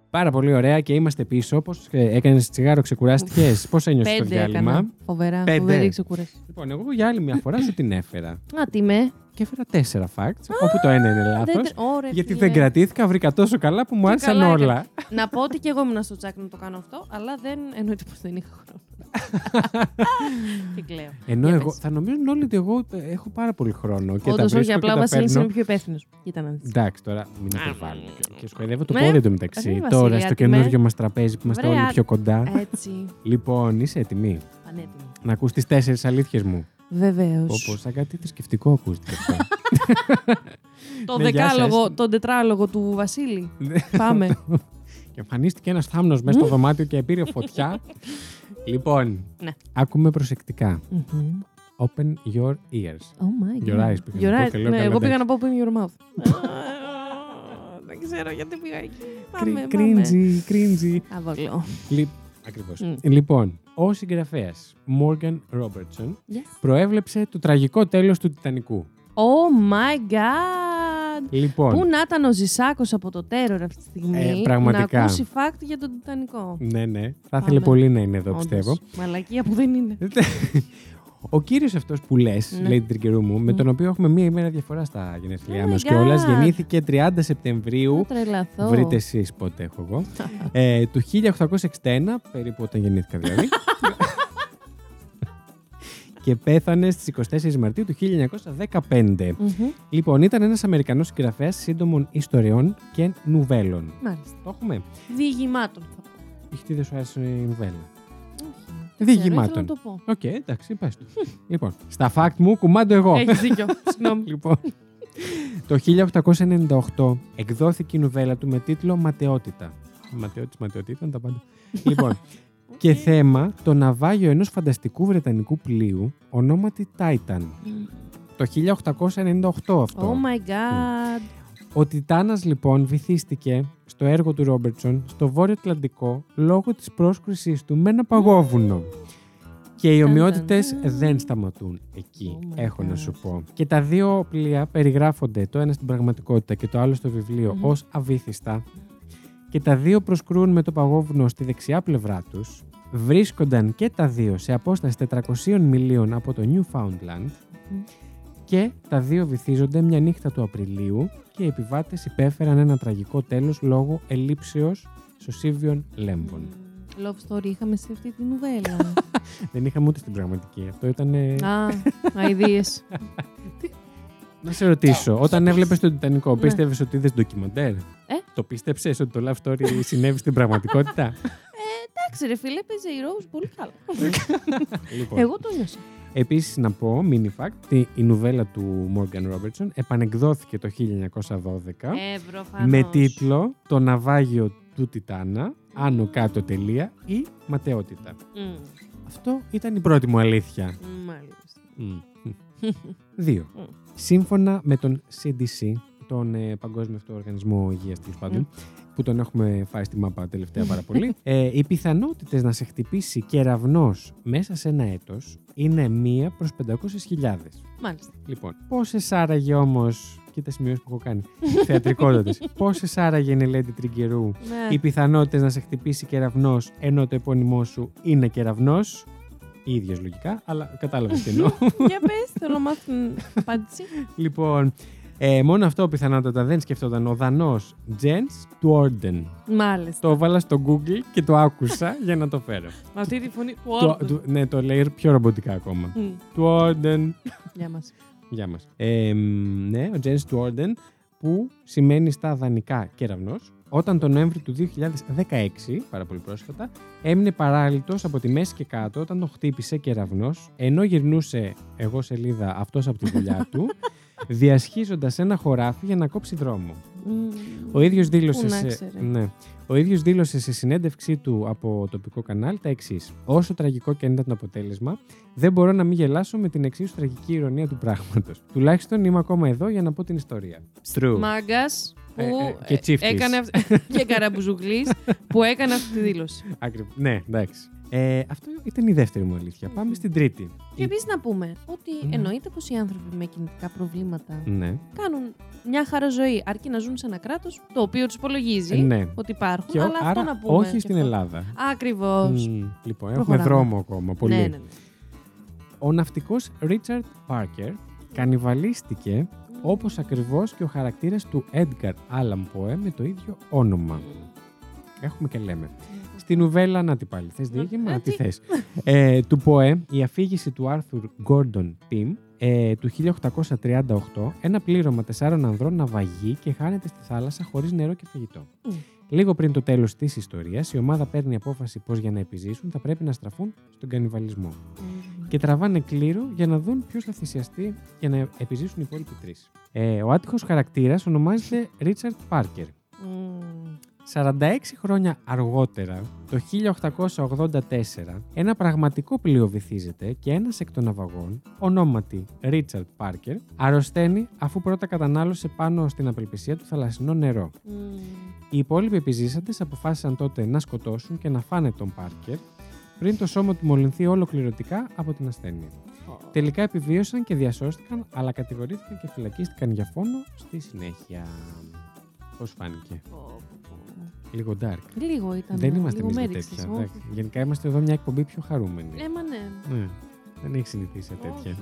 A: Πάρα πολύ ωραία και είμαστε πίσω. Πώς έκανες τσιγάρο, ξεκουράστηκες. Πώς ένιωσες το
B: Πέντε
A: διάλειμμα.
B: έκανα. Φοβερά.
A: Πέντε.
B: Φοβερή ξεκούραση.
A: Λοιπόν, εγώ για άλλη μια φορά σου την έφερα.
B: Α, τι με.
A: Και έφερα τέσσερα facts, όπου το ένα είναι λάθο.
B: Δεν- ωραία,
A: Γιατί
B: φίλε.
A: δεν κρατήθηκα, βρήκα τόσο καλά που μου
B: Και
A: άρεσαν
B: καλά
A: όλα.
B: Να πω ότι και εγώ ήμουν στο τσάκ να το κάνω αυτό, αλλά δεν εννοείται πως δεν είχα χρόνο. Τι κλαίω.
A: Ενώ
B: Για
A: εγώ,
B: πες.
A: θα νομίζουν όλοι ότι εγώ ε, έχω πάρα πολύ χρόνο και
B: Όντως,
A: τα βρίσκω
B: όχι, απλά ο
A: και τα
B: Βασίλη είναι
A: παίρνω.
B: πιο υπεύθυνος. Κοίτα να δεις.
A: Εντάξει, τώρα μην υπερβάλλουμε. και- Και σχολεύω το
B: Ναι.
A: πόδι του
B: Ρε,
A: μεταξύ.
B: Βασίλη,
A: Τώρα στο
B: άντε
A: καινούργιο
B: με.
A: μας τραπέζι που είμαστε
B: Βρε,
A: όλοι
B: άντε.
A: πιο
B: Ε.
A: κοντά.
B: Έτσι.
A: Λοιπόν, είσαι έτοιμη
B: Πανέτοιμη.
A: να ακούς τις τέσσερις αλήθειες μου.
B: Βεβαίως.
A: Όπως σαν κάτι θρησκευτικό ακούστηκε αυτό.
B: Το
A: Ναι, γεια σας. Ναι.
B: δεκάλογο, τον τετράλογο του Βασίλη. Πάμε.
A: Και εμφανίστηκε ένας θάμνος μέσα στο δωμάτιο και πήρε φωτιά. λοιπόν,
B: Ναι.
A: άκουμε προσεκτικά.
B: Μμμ.
A: Open your ears.
B: Oh my god.
A: Your eyes πήγα να
B: Your
A: πω
B: eyes.
A: και λέω,
B: Ναι,
A: καλά,
B: εγώ πήγα
A: εντάξει.
B: να πω in your mouth. Α, Δεν ξέρω γιατί πήγα εκεί. Πάμε, πάμε.
A: Κρίντζι, κρίντζι.
B: Αβολό.
A: Λι- Ακριβώς.
B: Mm.
A: Λοιπόν, ο συγγραφέας Morgan Robertson
B: Yes.
A: προέβλεψε το τραγικό τέλος του Τιτανικού.
B: Oh my god.
A: Λοιπόν,
B: Πού να ήταν ο Ζησάκος από το τέρορ αυτή τη στιγμή.
A: Ε, πραγματικά.
B: Να ακούσει fact για τον Τιτανικό.
A: ναι, ναι, θα
B: Πάμε.
A: ήθελε πολύ να είναι εδώ,
B: Όντως.
A: πιστεύω.
B: Μαλακία που δεν είναι.
A: Ο κύριος αυτός που λες,
B: Ναι.
A: λέει την Τρικερού μου, με τον οποίο έχουμε μία ημέρα διαφορά στα γενέθλιά
B: Oh my
A: μας κιόλας,
B: God.
A: γεννήθηκε 30 Σεπτεμβρίου.
B: Θα τρελαθώ.
A: Βρείτε εσείς πότε έχω εγώ. ε, του 1861, περίπου όταν γεννήθηκα δηλαδή. και πέθανε στις 24 Μαρτίου του 1915.
B: Μμμ.
A: Λοιπόν, ήταν ένας Αμερικανός συγγραφέας σύντομων ιστοριών και νουβέλων.
B: Μάλιστα.
A: Το έχουμε.
B: Διηγημάτων θα πω.
A: Ή τι δεν σου άρεσε η νουβέλα.
B: Όχι.
A: Ε, Διηγημάτων.
B: Θέλω να το πω.
A: Οκ, εντάξει, πες το. λοιπόν, στα fact μου κουμάντο εγώ.
B: Έχεις δίκιο. Συγγνώμη.
A: λοιπόν. Το 1898 εκδόθηκε η νουβέλα του με τίτλο Ματαιότητα. Ματαιώτης, ματαιότητα, τα πάντα. λοιπόν, και θέμα το ναυάγιο ενός φανταστικού βρετανικού πλοίου ονόματι Titan. Το 1898 αυτό.
B: Oh my god.
A: Ο Τιτάνας λοιπόν βυθίστηκε στο έργο του Ρόμπερτσον στο Βόρειο Ατλαντικό λόγω της πρόσκρισής του με ένα παγόβουνο. Και οι
B: Ταν,
A: ομοιότητες
B: ταν, ταν.
A: δεν σταματούν εκεί,
B: Oh my
A: έχω να σου
B: God.
A: πω. Και τα δύο πλοία περιγράφονται, το ένα στην πραγματικότητα και το άλλο στο βιβλιο
B: Μμμ.
A: ως αβύθιστα. Και τα δύο προσκρούν με το παγόβουνο στη δεξιά πλευρά τους. Βρίσκονταν και τα δύο σε απόσταση 400 μιλίων από το Newfoundland και τα δύο βυθίζονται μια νύχτα του Απριλίου και οι επιβάτες υπέφεραν ένα τραγικό τέλος λόγω ελλείψεως σωσίβιων λέμβων.
B: Love story είχαμε σε αυτή τη νουβέλα.
A: Δεν είχαμε ούτε στην πραγματική. Αυτό ήταν. ε,
B: Α, αειδίε.
A: Να σε ρωτήσω, όταν έβλεπε τον Τιτανικό,
B: Ναι. Ε?
A: πίστευες ότι είδες ντοκιμαντέρ. Το πίστεψες ότι το love story συνέβη στην πραγματικότητα.
B: Εντάξει, ρε φίλε, παίζει η Rose πολύ καλά.
A: λοιπόν.
B: Εγώ το νιώσα.
A: Επίσης, να πω, mini fact, ότι η νουβέλα του Morgan Robertson επανεκδόθηκε το 1912.
B: Εύρω,
A: με τίτλο «Το ναυάγιο του Τιτάνα, άνω κάτω τελεία ή ματαιότητα». Αυτό ήταν η πρώτη μου αλήθεια.
B: Μάλιστα.
A: Δύο.
B: Μμ.
A: Σύμφωνα με τον CDC, τον ε, Παγκόσμιο Αυτό Οργανισμό Υγείας τέλο πάντων, που τον έχουμε φάει στη μάπα τελευταία πάρα πολύ, ε, οι πιθανότητες να σε χτυπήσει κεραυνός μέσα σε ένα έτος είναι μία προς 500.000.
B: Μάλιστα.
A: Λοιπόν, πόσες άραγε όμως. Κοίτα σημειώσεις που έχω κάνει. Θεατρικότατες. πόσες άραγε είναι η Lady Τριγκερού
B: Ναι.
A: οι πιθανότητες να σε χτυπήσει κεραυνός ενώ το επώνυμό σου είναι κεραυνός. ίδιος λογικά, αλλά κατάλαβες τι εννοώ.
B: Για πες, θέλω να μάθω την απάντηση.
A: λοιπόν, ε, μόνο αυτό πιθανότατα δεν σκεφτόταν ο Δανός Τζεν Τουόρντεν.
B: Μάλιστα.
A: Το έβαλα στο Google και το άκουσα για να το φέρω.
B: Με αυτή τη φωνή. Ναι.
A: Το- του- ναι, το λέει πιο ρομποτικά ακόμα. Τουόρντεν.
B: Για μας.
A: Γεια μα. Ε, μ, ναι, ο Τζένι Τουόρντεν, που σημαίνει στα δανεικά κέραυνο, όταν τον Νοέμβρη του 2016, πάρα πολύ πρόσφατα, έμεινε παράλυτος από τη μέση και κάτω όταν τον χτύπησε κεραυνός, ενώ γυρνούσε εγώ σελίδα αυτός από τη δουλειά του, διασχίζοντας ένα χωράφι για να κόψει δρόμο. Ο ίδιος δήλωσε,
B: Πού να
A: σε,
B: ξέρε.
A: ναι, ο ίδιος δήλωσε σε συνέντευξή του από τοπικό κανάλι τα εξής. Όσο τραγικό και αν ήταν το αποτέλεσμα, δεν μπορώ να μην γελάσω με την εξίσου τραγική ηρωνία του πράγματος. Τουλάχιστον είμαι ακόμα εδώ για να πω την ιστορία. True.
B: Μάγκας
A: Ε,
B: που
A: ε, και τσίφτης.
B: έκανε αυ- και καραμπουζουγλής που έκανε αυτή τη δήλωση.
A: Ακριβ- Ναι, εντάξει. Ε, αυτό ήταν η δεύτερη μου αλήθεια. Πάμε στην τρίτη.
B: Και επίσης να πούμε ότι
A: Ναι.
B: εννοείται πως οι άνθρωποι με κινητικά προβλήματα
A: Ναι.
B: κάνουν μια χαρά ζωή αρκεί να ζουν σε ένα κράτος το οποίο τους υπολογίζει
A: ναι.
B: ότι υπάρχουν.
A: Και ο-
B: αλλά αυτό
A: άρα
B: να πούμε. και
A: όχι στην
B: αυτό.
A: Ελλάδα.
B: Ακριβώς.
A: Μμ, λοιπόν, έχουμε
B: Προχωράμε.
A: δρόμο ακόμα. Πολύ.
B: Ναι, ναι, ναι.
A: Ο ναυτικός Richard Parker κανιβαλίστηκε όπως ακριβώς και ο χαρακτήρας του Edgar Allan Poe με το ίδιο όνομα. Έχουμε και λέμε. Στην νουβέλα, να την πάλι. Θες
B: Ε,
A: διήγημα, τι
B: τι.
A: θες. Ε, του Ποέ, η αφήγηση του Άρθουρ Gordon Pym ε, του 1838, ένα πλήρωμα τεσσάρων ανδρών ναυαγεί και χάνεται στη θάλασσα χωρίς νερό και φαγητό.
B: Μμ.
A: Λίγο πριν το τέλος της ιστορίας, η ομάδα παίρνει απόφαση πως για να επιζήσουν θα πρέπει να στραφούν στον κανιβαλισμό
B: Μμμ.
A: και τραβάνε κλήρο για να δουν ποιος θα θυσιαστεί για να επιζήσουν οι υπόλοιποι τρεις. Ε, ο άτυχος χαρακτήρας ονομάζεται Ρίτσαρτ Πάρκερ.
B: Μμμ.
A: 46 χρόνια αργότερα, το 1884, ένα πραγματικό πλοίο βυθίζεται και ένας εκ των ναυαγών, ονόματι Ρίτσαρτ Πάρκερ, αρρωσταίνει αφού πρώτα κατανάλωσε πάνω στην απελπισία του θαλασσινό νερό.
B: Μμμ.
A: Οι υπόλοιποι επιζήσαντες αποφάσισαν τότε να σκοτώσουν και να φάνε τον Πάρκερ πριν το σώμα του μολυνθεί ολοκληρωτικά από την ασθένεια. Τελικά επιβίωσαν και διασώστηκαν, αλλά κατηγορήθηκαν και φυλακίστηκαν για φόνο στη συνέχεια. Πώς φάνηκε.
B: Πω, πω, πω.
A: Λίγο dark.
B: Λίγο ήταν.
A: Δεν είμαστε
B: λίγο
A: εμείς για
B: μέριξες,
A: τέτοια.
B: όχι.
A: εντάξει. Γενικά είμαστε εδώ μια εκπομπή πιο χαρούμενη.
B: Έμα ναι.
A: Ναι. Δεν έχει συνηθίσει σε τέτοια.
B: Όχι.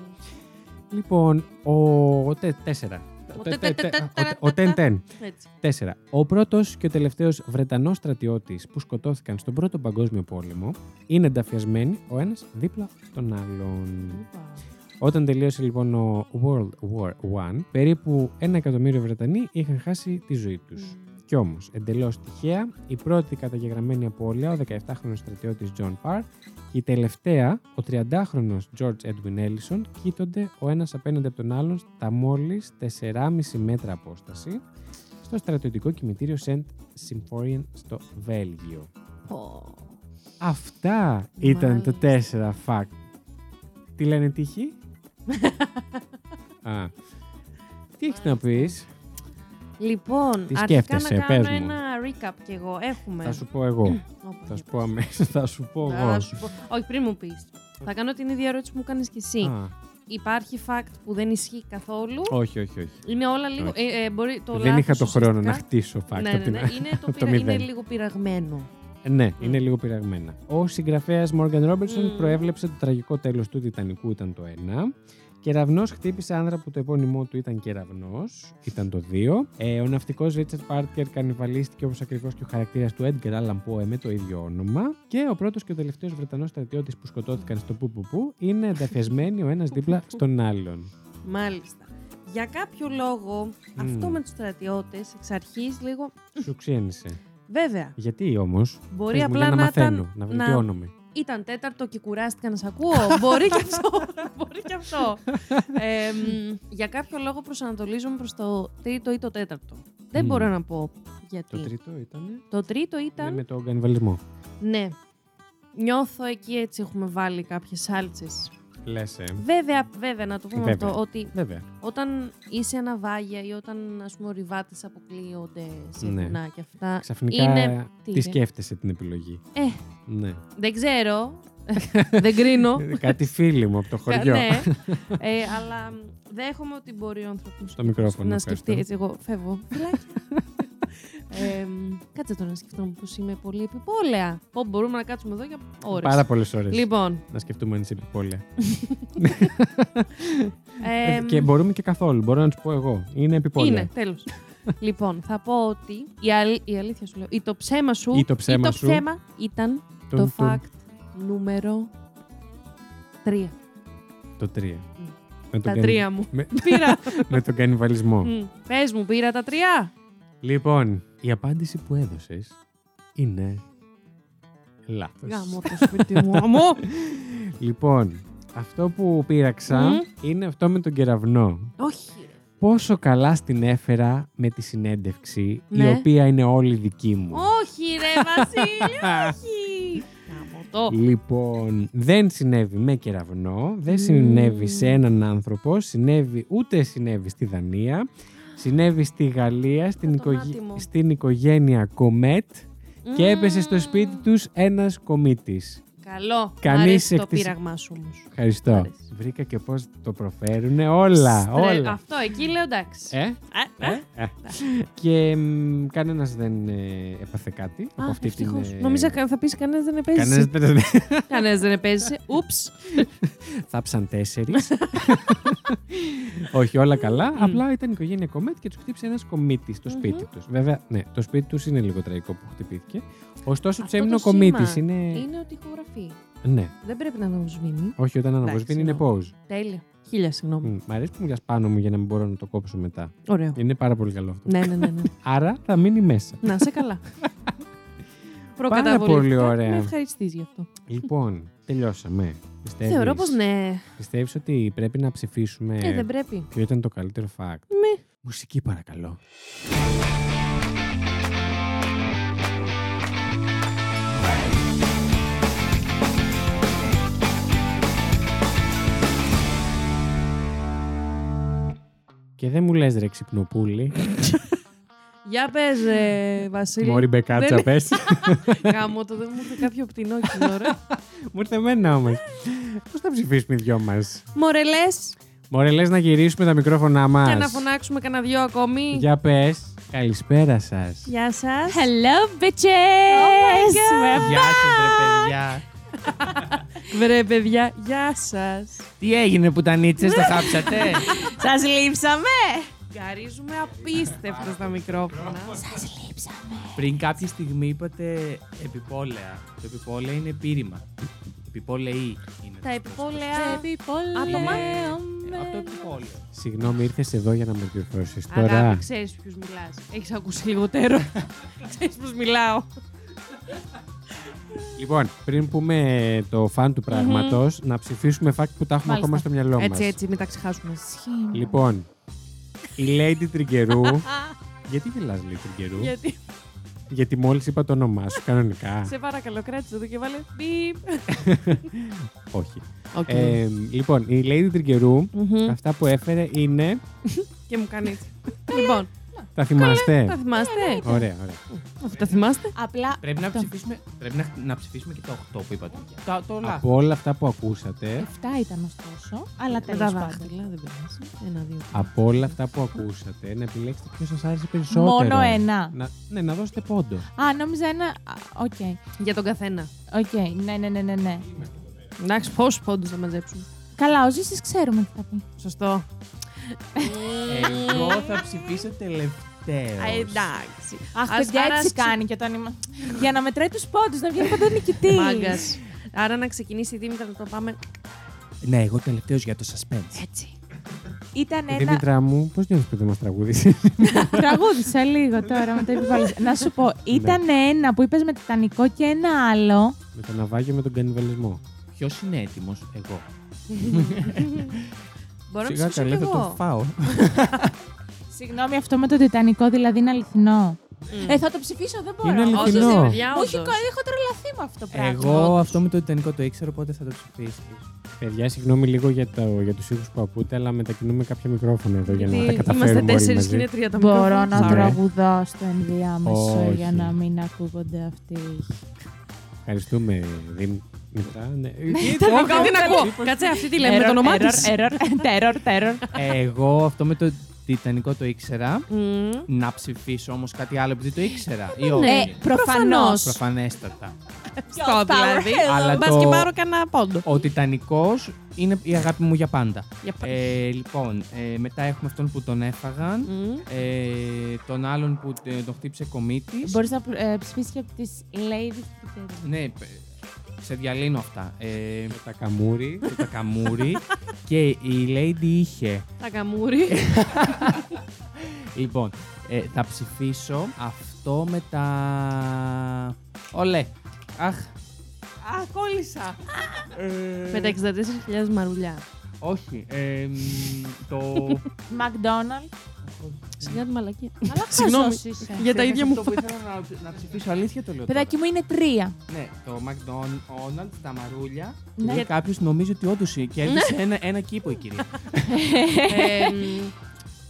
A: Λοιπόν, ο. τε- Τέσσερα.
B: Ο
A: Τε-
B: τε-
A: τε-
B: τε-
A: τε-
B: τε-
A: ο-
B: τε-
A: Ο Τεν
B: τε-
A: Τεν.
B: Έτσι.
A: 4. Ο πρώτος και ο τελευταίος Βρετανός στρατιώτης που σκοτώθηκαν στον Πρώτο Παγκόσμιο Πόλεμο είναι ενταφιασμένοι ο ένας δίπλα στον άλλον.
B: Οπα.
A: Όταν τελείωσε λοιπόν ο World War I, περίπου ένα εκατομμύριο Βρετανοί είχαν χάσει τη ζωή τους. Κι όμως, εντελώς τυχαία, η πρώτη καταγεγραμμένη απώλεια, ο 17χρονο στρατιώτη John Parr, και η τελευταία, ο 30χρονο George Edwin Ellison, κοίτονται ο ένας απέναντι από τον άλλον στα μόλις 4,5 μέτρα απόσταση στο στρατιωτικό κημητήριο Saint Symphorien στο Βέλγιο.
B: Πω.
A: Αυτά ήταν τα
B: Μάλιστα.
A: τέσσερα fact. Τι λένε τύχη? Α. Τι έχεις να πεις,
B: Λοιπόν,
A: Τι
B: αρχικά να
A: σκέφτεσαι,
B: κάνω
A: πες μου.
B: ένα recap κι εγώ. Έχουμε.
A: θα σου πω εγώ.
B: Όπα,
A: θα
B: για
A: σου πω αμέσως, θα σου πω
B: πες.
A: εγώ.
B: Θα σου πω- Όχι, πριν μου πεις. Θα κάνω την ίδια ερώτηση που μου κάνεις κι εσύ.
A: Α,
B: Υπάρχει fact που δεν ισχύει καθόλου.
A: όχι, όχι, όχι.
B: Είναι όλα λίγο.
A: Όχι.
B: ε, ε, μπορεί, το
A: Δεν είχα
B: λάθος
A: το χρόνο να
B: ουσιαστικά-
A: χτίσω fact
B: Ναι,
A: απ'
B: ναι,
A: την
B: ναι.
A: άλλη.
B: Είναι, το
A: το
B: πειρα- είναι
A: μηδέν.
B: λίγο πειραγμένο.
A: Ναι,
B: Μμ.
A: είναι λίγο πειραγμένα. Ο συγγραφέας Μόργαν Ρόμπερτσον
B: Μμ.
A: προέβλεψε το τραγικό τέλος του Τιτανικού, ήταν το 1. Κεραυνός χτύπησε άνδρα που το επώνυμό του ήταν Κεραυνός, ήταν το 2. Ε, ο ναυτικός Ρίτσαρτ Πάρκερ κανιβαλίστηκε όπως ακριβώς και ο χαρακτήρας του Έντγκερ Άλαν Πόε ε, με το ίδιο όνομα. Και ο πρώτος και ο τελευταίος Βρετανός στρατιώτης που σκοτώθηκαν στο Που Που Που είναι ενταφιασμένοι ο ένας δίπλα στον άλλον.
B: Μάλιστα. Για κάποιο λόγο, αυτό με τους στρατιώτες εξ αρχής λίγο...
A: Σου ξένησε.
B: Βέβαια,
A: Γιατί όμως.
B: μπορεί
A: Πες μου,
B: απλά
A: για να,
B: να,
A: μαθαίνω,
B: ήταν,
A: να βελτιώνομαι.
B: ήταν τέταρτο και κουράστηκα να σ' ακούω. μπορεί και αυτό. μπορεί και αυτό. Ε, μ, για κάποιο λόγο προσανατολίζομαι προς το τρίτο ή το τέταρτο. Δεν
A: Μμ.
B: μπορώ να πω γιατί.
A: Το τρίτο ήταν.
B: Το τρίτο ήταν...
A: Με τον κανιβαλισμό.
B: Ναι. Νιώθω εκεί έτσι έχουμε βάλει κάποιες σάλτσες.
A: Λες,
B: Βέβαια, βέβαια, να το πούμε
A: Βέβαια.
B: αυτό, ότι
A: Βέβαια.
B: όταν είσαι ναυάγια ή όταν ας πούμε ο ριβάτες αποκλείονται σε
A: Ναι.
B: βουνά και αυτά.
A: Ξαφνικά
B: Είναι-
A: τι,
B: τι είναι?
A: σκέφτεσαι την επιλογή.
B: Ε.
A: Ναι.
B: Δεν ξέρω, δεν κρίνω.
A: Ε, Κάτι φίλοι μου από το
B: Κα-
A: χωριό.
B: ναι. Ε, αλλά δέχομαι ότι μπορεί ο άνθρωπος
A: Στο μικρόφωνο.
B: να
A: ευχαριστώ.
B: σκεφτεί έτσι. Εγώ φεύγω. Φιλάκια. ε, μ, κάτσε τώρα να σκεφτόμουν πως είμαι πολύ επιπόλαια. Πω, μπορούμε να κάτσουμε εδώ για ώρες.
A: Πάρα πολλές ώρες.
B: Λοιπόν,
A: Να σκεφτούμε αν είσαι επιπόλαια.
B: ε, μ,
A: και μπορούμε και καθόλου. Μπορώ να τους πω εγώ. Είναι επιπόλαια.
B: είναι, τέλος. λοιπόν, θα πω ότι η, αλ- η αλήθεια σου λέω, ή το ψέμα σου,
A: Ή το ψέμα σου.
B: ψέμα ήταν
A: Τουν,
B: το
A: τουν.
B: fact νούμερο 3.
A: Το 3. με τον
B: Mm. τα
A: κανι-
B: τρία Mm. μου.
A: Με,
B: πήρα.
A: με τον κανιβαλισμό.
B: Πες μου, πήρα τα τρία.
A: Λοιπόν, η απάντηση που έδωσες είναι λάθος.
B: Γάμο το σπίτι μου. Γάμο.
A: Λοιπόν, αυτό που πήραξα
B: Μμμ.
A: είναι αυτό με τον κεραυνό.
B: Όχι. ρε.
A: Πόσο καλά στην έφερα με τη συνέντευξη,
B: Ναι.
A: η οποία είναι όλη δική μου.
B: Όχι, ρε Βασίλη, όχι. Γάμο το.
A: Λοιπόν, δεν συνέβη με κεραυνό, δεν
B: Μμμ.
A: συνέβη σε έναν άνθρωπο, συνέβη ούτε συνέβη στη Δανία, συνέβη στη Γαλλία, στην,
B: τον
A: οικογε-
B: άτιμο.
A: στην οικογένεια Κομέτ και έπεσε στο
B: Μμμ.
A: σπίτι τους ένας κομίτης.
B: Καλό.
A: Κανείς
B: Κανείς αρέσει το
A: εκ της-
B: πείραγμά σου όμως.
A: Ευχαριστώ.
B: Άρεσε.
A: Βρήκα και πώς το προφέρουν όλα, όλα.
B: Αυτό εκεί λέω εντάξει.
A: Ε,
B: Ε,
A: ε,
B: ε.
A: ε. Και μ, κανένας δεν ε, έπαθε κάτι
B: Α,
A: από αυτή την...
B: ευτυχώς.
A: ε,
B: Νόμιζα κα- θα πεις κανένας δεν
A: Κανένας
B: επέζησε.
A: δεν...
B: Κανένας δεν επέζησε. Ούψ.
A: Θάψαν τέσσερις. Όχι, όλα καλά. Απλά ήταν η οικογένεια κομμάτι και τους χτύπησε ένας κομίτης στο σπίτι τους. Βέβαια, ναι, το σπίτι τους είναι λίγο τραγικό που χτυπήθηκε. Ωστόσο, του
B: Αυτό
A: έμεινε ο
B: το
A: κομίτη.
B: σήμα
A: Είναι...
B: Είναι ότι ηχογραφεί.
A: Ναι.
B: Δεν πρέπει να αναβοσβήνει.
A: Όχι, όταν αναβοσβήνει είναι
B: εννοώ.
A: pause.
B: Τέλεια. Χίλια συγγνώμη.
A: Μ, Μ' αρέσει που μιλά πάνω μου για να μην μπορώ να το κόψω μετά.
B: Ωραίο.
A: Είναι πάρα πολύ καλό αυτό.
B: ναι, ναι, ναι. ναι.
A: Άρα θα μείνει μέσα.
B: να σε καλά.
A: Πάρα πολύ ωραία.
B: Με ευχαριστείς γι' αυτό.
A: λοιπόν, τελειώσαμε. Πιστεύεις,
B: Θεωρώ πως ναι.
A: Πιστεύεις ότι πρέπει να ψηφίσουμε
B: Ε, δεν πρέπει.
A: ποιο ήταν το καλύτερο fact.
B: Ναι.
A: Μουσική παρακαλώ. Και δεν μου λες ρε ξυπνοπούλη.
B: Για πες, ε, Βασίλη.
A: Μόρι μπεκάτσα
B: Δεν-
A: πες.
B: Γάμο το, δεν μου ήρθε κάποιο πτηνό εκείνη την ώρα.
A: μου ήρθε εμένα όμως. Πώς θα ψηφίσουμε οι δυο μας.
B: Μορελέ,
A: Μωρέ λες να γυρίσουμε τα μικρόφωνά μας.
B: και να φωνάξουμε κανένα δυο ακόμη.
A: Για πες. Καλησπέρα σας.
B: Γεια σας.
C: Hello, bitches!
B: my God.
C: We're
A: Γεια σας ρε παιδιά.
B: Βρε, παιδιά, γεια σας.
A: Τι έγινε που τα νίτσες, το χάψατε.
C: Σας λείψαμε!
B: Γκαρίζουμε απίστευτα στα μικρόφωνα.
D: Πριν κάποια στιγμή είπατε επιπόλαια. Το επιπόλαια είναι πείρημα. Επιπόλαιοι E είναι.
B: Τα
D: το
B: επιπόλαια.
D: σωστό. Ε, Από το επιπόλαιο.
A: Συγγνώμη, ήρθες εδώ για να με διορθώσεις
B: Αγάπη,
A: τώρα.
B: ξέρεις ποιους μιλάς. Έχεις ακούσει λιγότερο. ξέρεις πώ μιλάω.
A: Λοιπόν, πριν πούμε το φαν του πραγματο να ψηφίσουμε fact που τα έχουμε
B: Μάλιστα.
A: ακόμα στο μυαλό μας.
B: Έτσι, έτσι, μην τα ξεχάσουμε.
A: Λοιπόν, η Lady Τριγκερού. γιατί γελάς Lady Τριγκερού,
B: Γιατί
A: Γιατί μόλις είπα το όνομά σου, κανονικά.
B: σε παρακαλώ, κράτησε εδώ και βάλε. Μπιπ.
A: Όχι.
B: Οκ.
A: Ε, λοιπόν, η Lady Τριγκερού,
B: Μμμ.
A: αυτά που έφερε είναι.
B: Και μου κάνει. έτσι. Λοιπόν,
A: Τα θυμάστε.
B: τα θυμάστε.
A: Ωραία, ωραία.
B: Αυτό τα θυμάστε.
C: Απλά
D: Πρέπει να ψηφίσουμε, πρέπει να, να ψηφίσουμε και τα 8 που είπατε. Τα, το λάθος.
A: Από όλα αυτά που ακούσατε,
C: 7 ήταν ωστόσο, αλλά
B: Με
C: τέλος
B: τα
C: πάντων.
B: δάχτυλα, δεν πειράζει. Ένα-δύο.
A: από όλα αυτά που ακούσατε, να επιλέξετε ποιος σας άρεσε περισσότερο.
C: Μόνο ένα.
A: Να, ναι, να δώσετε πόντο.
C: Α, νόμιζα ένα. α, Οκ.
B: Για τον καθένα.
C: Οκ, ναι, ναι, ναι, ναι, ναι.
B: Εντάξει, πόσους πόντους θα μαζέψουν.
C: Καλά, ο Ζήσης ξέρουμε τι θα πει.
B: Σωστό.
D: Εγώ θα ψηφίσω τελευταίος.
B: Εντάξει.
C: Αχ, παιδιά, έτσι κάνει και όταν είμαι. Για να μετράει τους πόντους, να βγαίνει πάντα νικητής.
B: Μάγκας. Άρα να ξεκινήσει η Δήμητρα να το πάμε
D: Ναι, εγώ τελευταίος για το suspense.
B: έτσι.
C: Ήταν ένα.
A: Δήμητρα μου, πώς νιώθεις που δεν μας τραγούδησε.
C: Τραγούδισα λίγο τώρα με το επιβάλλον.
A: Ναι.
C: Να σου πω, ήταν ένα που είπες με Τιτανικό και ένα άλλο.
A: με το ναυάγιο με τον κανιβαλισμό.
D: Ποιος είναι έτοιμος, εγώ.
B: Μπορώ να ψήσω κι
A: θα το
B: εγώ.
A: φάω.
C: Συγγνώμη, αυτό με το Τιτανικό δηλαδή είναι αληθινό. Ε, θα το ψηφίσω, δεν μπορώ.
A: Είναι αληθινό.
B: Όντως,
A: Αληθινό.
B: ρε παιδιά,
C: Μου έχει
B: όντως.
C: κο- έχω τρελαθεί με αυτό το πράγμα.
D: Εγώ αυτό με το ιτανικό το ήξερα, οπότε θα το ψηφίσω.
A: Παιδιά, συγγνώμη λίγο για, το, για τους ήχους που ακούτε, αλλά μετακινούμε κάποια μικρόφωνα εδώ για να τα
B: Γιατί
A: καταφέρουμε.
B: Είμαστε
A: όλοι
B: τέσσερις
A: μαζί.
B: και είναι τρία τα
C: Μπορώ
B: μικρόφωνα.
C: να
A: Ωραία.
C: τραγουδώ στο ενδιάμεσο
A: Όχι.
C: για να μην ακούγονται αυτοί. οι ήχοι.
A: Ευχαριστούμε, Δήμητρα. Ναι.
B: Όχι, δεν ακούω. Κάτσε αυτή τη λέμε με το
C: Error,
B: όνομά της.
C: error, error, terror, terror.
D: εγώ αυτό με το Τιτανικό το ήξερα. Να ψηφίσω όμως κάτι άλλο επειδή το ήξερα. Ή όχι.
C: Ε, προφανώς.
D: Προφανέστατα.
B: Στο δηλαδή.
D: Αλλά
B: Μπας
D: το-
B: και πάρω κανένα πόντο.
D: Ο Τιτανικός είναι η αγάπη μου για πάντα.
B: Για πάντα.
D: Ε, λοιπόν, ε, μετά έχουμε αυτόν που τον έφαγαν.
B: Μμμ.
D: Ε, τον άλλον που τε- τον χτύπησε κομίτης.
C: ε, Μπορείς να ψηφίσεις και από τι Ladies.
D: Ναι, π- σε διαλύνω αυτά. Ε,
A: Με τα καμούρι.
D: το τακαμούρι. και η Lady είχε.
B: Τα καμούρι.
D: Λοιπόν, ε, θα ψηφίσω αυτό με τα. Ολέ. Αχ. Α, κόλλησα. Ε,
B: Με τα 64.000 μαρουλιά.
D: Όχι. ε, μ, το.
C: Μακδόναλτ.
B: Σιγά τη μαλακία.
C: Αλλά
B: Συγγνώμη.
C: χαζός είσαι.
B: Για Ε, τα ίδια μου
D: Το που ήθελα να, να ψηφίσω αλήθεια το λέω. τώρα.
C: Παιδάκι μου είναι τρία.
D: Ναι, το McDonald's, τα μαρούλια.
C: Ναι.
D: Ναι. Κάποιο νομίζει ότι όντως κέρδισε ένα, ένα κήπο η κυρία.
B: Εμ,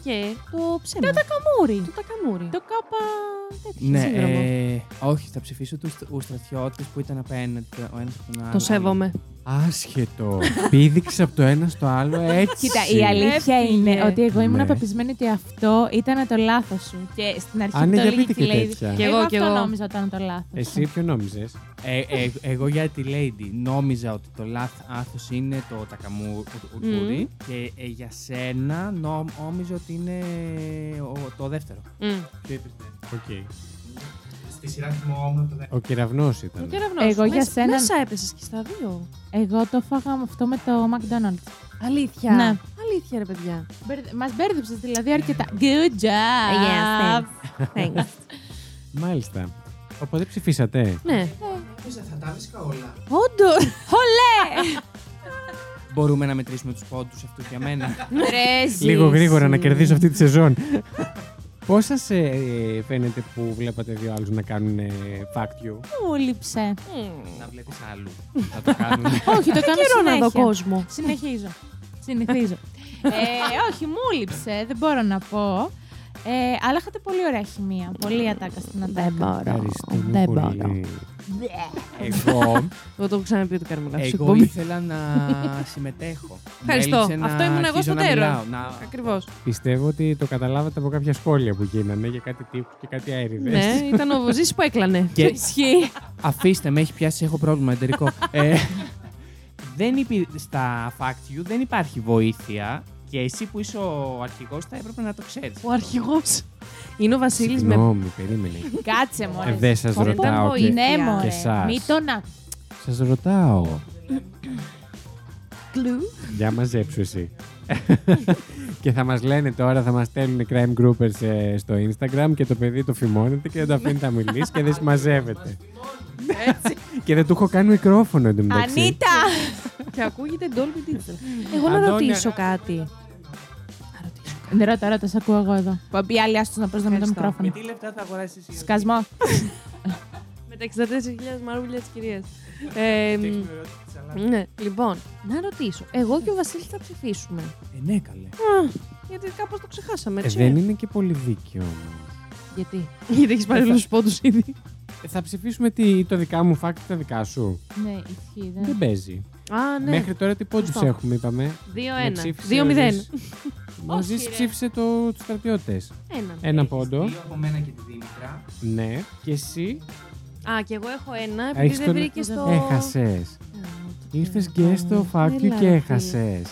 B: Και το ψέμα.
C: Το καμούρι.
B: Το τακαμούρι.
C: Το κάπα. τέτοιο.
D: ναι,
B: σύνδρομο.
D: ε, όχι, θα ψηφίσω τους στρατιώτες που ήταν απέναντι ο ένας από τον άλλο.
B: Το σέβομαι.
A: Άσχετο. Πήδηξε από το ένα στο άλλο έτσι.
C: Κοίτα, η αλήθεια
B: Έφυγε.
C: είναι ότι εγώ ήμουν
A: Ναι.
C: πεπισμένη ότι αυτό ήταν το λάθος σου. Και στην αρχή
A: Αν
C: το
A: είναι για
C: έλεγε
A: πείτε
C: και η
A: και
C: Lady.
A: τέτοια.
B: Και εγώ, κι
C: αυτό
B: εγώ.
C: νόμιζα ότι ήταν το λάθος.
A: Εσύ ποιο νόμιζες.
D: Ε, ε, εγώ για τη Lady νόμιζα ότι το λάθο είναι το τακαμούρι. Και ε, για σένα νο- νόμιζα ότι είναι ε, ο- το δεύτερο.
B: Μμ.
D: ναι. Στη σειρά θυμόμουν το δεύτερο.
A: Ο κεραυνός ήταν.
B: κεραυνός.
C: Εγώ για
B: Μέσα-
C: σένα-
B: Μέσα έπεσε και στα δύο.
C: Εγώ το φάγαμε αυτό με το McDonald's.
B: Αλήθεια.
C: Ναι.
B: Αλήθεια, ρε παιδιά.
C: Μας μπέρδεψες δηλαδή αρκετά. Good job!
B: Yes, Ε, thanks.
A: Μάλιστα. Οπότε ψηφίσατε.
B: ναι.
D: Θα τα βρίσκα όλα.
C: Όντως!
D: Μπορούμε να μετρήσουμε τους πόντους αυτούς για μένα.
A: Λίγο γρήγορα να κερδίσω αυτή τη σεζόν. Πώς σας φαίνεται που βλέπατε δύο άλλους να κάνουν ε, fact you.
C: Μου λείψε.
D: να βλέπεις άλλου. Θα το κάνουμε.
C: Όχι, το κάνω
B: Ε, Καιρό να δω
C: συνέχεια.
B: κόσμο.
C: Συνεχίζω. Συνεχίζω. ε, όχι, μου λείψε, δεν μπορώ να πω. Ε, αλλά είχατε πολύ ωραία χημεία. Πολύ ατάκα στην ατάκα.
A: Ευχαριστούμε πολύ.
D: Εγώ,
B: Εγώ το έχω ξαναπεί ότι κάνουμε λάθος.
D: εγώ ήθελα να συμμετέχω. Μου
B: Ευχαριστώ.
D: έλειψε να
B: Αυτό ήμουν εγώ
D: αρχίζω
B: στο
D: να
B: τέρος.
D: μιλάω, να-
B: Ακριβώς.
A: Πιστεύω ότι το καταλάβατε από κάποια σχόλια που γίνανε για κάτι τύπου και κάτι αέριδες.
B: Ναι, ήταν ο Βοζής που έκλανε.
D: Και-
B: ισχύει.
D: Αφήστε με, έχει πιάσει, έχω πρόβλημα εταιρικό. ε, δεν υπή... Στα fact you δεν υπάρχει βοήθεια και εσύ που είσαι ο αρχηγός θα έπρεπε να το ξέρεις.
B: Ο αρχηγός. Είναι ο Βασίλης με.
A: Συγγνώμη, περίμενε.
C: Κάτσε
A: Ε,
C: μωρέ.
A: Δεν σας
B: Ήταν
A: ρωτάω. και-
B: βοήθεια.
C: Ναι,
A: και
C: μωρέ.
A: εσάς.
C: Μην τον α...
A: Σας ρωτάω.
B: κλου.
A: Για μαζέψου εσύ. και θα μας λένε τώρα, θα μας στέλνουν crime groupers ε, στο Instagram και το παιδί το φημώνεται και δεν το αφήνει να μιλήσει και δεν συμμαζεύεται. και δεν του έχω κάνει μικρόφωνο εντωμεταξύ.
C: Ανίτα!
B: Και ακούγεται Dolby Digital. Εγώ να
A: Αντώνη,
B: ρωτήσω κάτι. Να ρωτήσω κάτι.
C: Ναι, ρώτα, ρώτα, σ' ακούω εγώ εδώ. Παπί, άλλοι άστος να προσδούμε το
B: Ευχαριστώ.
D: Με τι
C: μικρόφωνο.
D: λεφτά θα αγοράσεις εσύ.
C: Σκασμό.
B: Με τα 64.000 μαρούλια της κυρίας. Ε,
D: Τι έχεις την ερώτηση της σαλάτας.
B: ναι, λοιπόν, να ρωτήσω. Εγώ και ο Βασίλης θα ψηφίσουμε.
D: Ε, ναι, καλέ.
B: Α, γιατί κάπως το ξεχάσαμε,
A: Ε,
B: έτσι.
A: δεν είναι και πολύ δίκαιο όμως.
B: Γιατί. Γιατί έχεις πάρει όλους τους πόντους ήδη.
A: Ε, Θα ψηφίσουμε τι, το δικά μου φάκτη, τα δικά σου.
C: Ναι, ισχύει.
A: Δεν παίζει.
B: Α, ναι.
A: Μέχρι τώρα τι πόντους
B: Σωστό.
A: έχουμε, είπαμε. Με
B: 2-1.
A: ψήφισε ο
B: 2-0.
A: Ζης. Ο Ζης ψήφισε το, τους στρατιώτες.
B: Ένα.
A: Ένα
D: Έχεις
A: πόντο.
D: Δύο από μένα και τη Δήμητρα.
A: Ναι. Και εσύ
B: Α, και εγώ έχω ένα,
A: Έχεις
B: επειδή δεν
A: τον-
B: βρήκε το.
A: έχασες. Ήρθες και στο
B: Έλα,
A: Fact You και
B: ρε,
A: έχασες.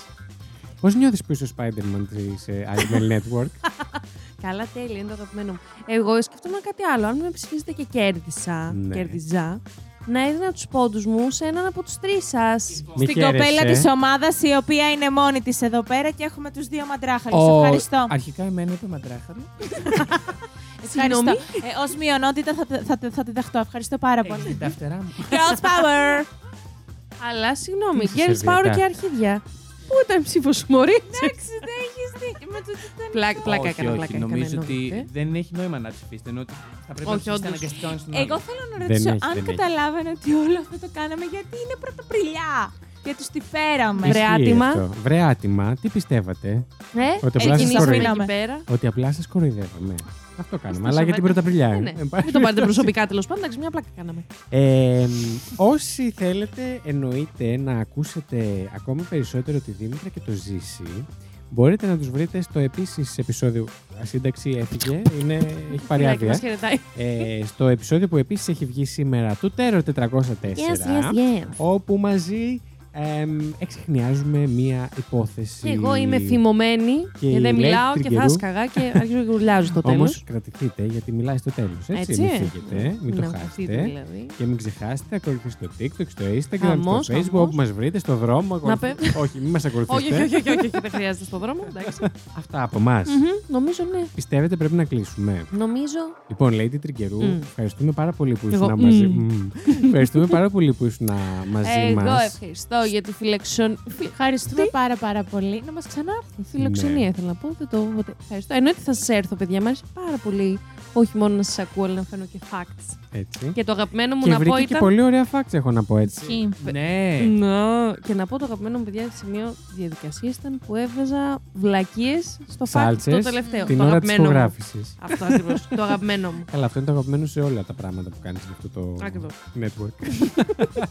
A: Πώς νιώθεις που είσαι ο Spider-Man της ε, IML Network.
B: Καλά, τέλεια, είναι το αγαπημένο μου. Εγώ σκεφτόμουν κάτι άλλο. Αν με ψηφίσετε και κέρδισα,
A: Ναι.
B: κέρδιζα, να έδινα τους πόντους μου σε έναν από τους τρεις σας.
A: Μη
C: Στην
A: χαίρεσαι.
C: κοπέλα της ομάδας, η οποία είναι μόνη της εδώ πέρα και έχουμε τους δύο μαντράχαλους.
D: Ο-
C: Ευχαριστώ.
D: Αρχικά εμένα είπε μαντράχαλη.
C: Ευχαριστώ. Ε, Ως μειονότητα θα, τε- θα, τε- θα τη δεχτώ. Ευχαριστώ πάρα πολύ.
B: Ε.
D: Έχεις τα φτερά μου.
C: Girls power!
B: Αλλά συγγνώμη,
A: Τι
B: κέρδισα πάρω
A: σερβιετά.
B: και αρχίδια. Πού ήταν ψήφος σου, Μωρή.
C: Εντάξει, δεν έχεις δίκιο. Με το Titanic.
B: Πλάκα, πλάκα,
D: Όχι,
B: έκανα,
D: όχι,
B: πλάκα. έκανα,
D: Νομίζω ότι
B: εννοείται.
D: δεν έχει νόημα να ψηφίσετε. Ενώ ότι θα πρέπει να
B: Όχι,
D: ψηφίσετε
B: όντως.
D: αναγκαστικά στον άλλο.
C: Εγώ θέλω να
A: Δεν
C: ρωτήσω
A: έχει, δεν
C: αν
A: έχει.
C: καταλάβανε ότι όλο αυτό το κάναμε γιατί είναι πρωτοπριλιά και τους τη φέραμε.
B: Ισχύει. Βρεάτιμα.
A: αυτό. Βρεάτιμα. Τι πιστεύατε.
B: Ε,
A: Ότι απλά σας
B: εκκινήσαμε εκεί
C: κοροϊδεύαμε.
B: πέρα.
A: Ότι απλά σας κοροϊδεύαμε. Αυτό κάναμε. Αλλά
B: Στα
A: για την Ε,
B: σοβαρά.
A: Πρωταπριλιά.
B: Ναι, ναι.
A: Εν πάση
B: Μην το πάρετε προσωπικά τέλος πάντων. Εντάξει, μια πλάκα κάναμε.
A: Ε, όσοι θέλετε, εννοείται να ακούσετε ακόμη περισσότερο τη Δήμητρα και το Ζήση, μπορείτε να τους βρείτε στο επίσης επεισόδιο. Ασύνταξη έφυγε, είναι, έχει πάρει
B: Φιλάκι, μας
A: άδεια.
B: χαιρετάει.
A: Ε, στο επεισόδιο που επίσης έχει βγει σήμερα του Τέρο 404,
B: yes, yes.
A: όπου μαζί εμ, εξηχνιάζουμε μία υπόθεση.
B: Και εγώ είμαι θυμωμένη και, δεν μιλάω και θα
A: Electric
B: σκαγά και αρχίζω και γουρλιάζω στο
A: Όμως
B: τέλος.
A: κρατηθείτε γιατί μιλάει στο τέλος. Έτσι,
B: Έτσι. Ναι,
A: μην φύγετε, μην το χάσετε.
B: δηλαδή.
A: Και μην ξεχάσετε, ακολουθήστε στο TikTok, στο Instagram,
B: Χαμός,
A: στο Facebook,
B: χαμός.
A: όπου μας βρείτε, στο δρόμο. ακολουθήστε- Όχι, μην μας ακολουθήσετε.
B: Όχι, όχι, όχι, όχι, όχι, δεν χρειάζεται στον δρόμο. εντάξει.
A: Αυτά από εμάς.
B: Μμμ, Νομίζω ναι.
A: Πιστεύετε πρέπει να κλείσουμε.
B: Νομίζω.
A: Λοιπόν, Lady Τριγκερού,
B: Μμ.
A: ευχαριστούμε πάρα πολύ που
B: Εγώ,
A: ήσουν μαζί
B: μμ.
A: Μμ. Ευχαριστούμε πάρα πολύ που ήσουν μαζί
B: Ε, Εγώ
A: μας.
B: ευχαριστώ για τη φιλεξον...
C: Ευχαριστούμε πάρα πάρα πολύ. Να μας ξανάρθει.
B: φιλοξενία,
A: Ναι.
B: ήθελα να πω. Δεν το οπότε, ευχαριστώ. Ενώ ότι θα σας έρθω, παιδιά, μου αρέσει πάρα πολύ. Όχι μόνο να σας ακούω, αλλά να φαίνω και facts.
A: Έτσι.
B: Και το αγαπημένο μου
A: Και
B: να πω
A: βρήκε και
B: ήταν.
A: πολύ ωραία facts, έχω να πω έτσι.
C: Ισχύει.
D: Ναι.
B: Ναι. Και να πω το αγαπημένο μου παιδιά σημείο διαδικασίας ήταν που έβγαζα βλακίες στο fact το
A: Σάλτσες,
B: τελευταίο.
A: Την
B: το
A: ώρα της
B: αγαπημένο μου.
A: ηχογράφησης.
B: Αυτό ακριβώς. το αγαπημένο μου.
A: Καλά, αυτό είναι το αγαπημένο σε όλα τα πράγματα που κάνεις με αυτό το
B: Ακριβώς.
A: network.
B: Την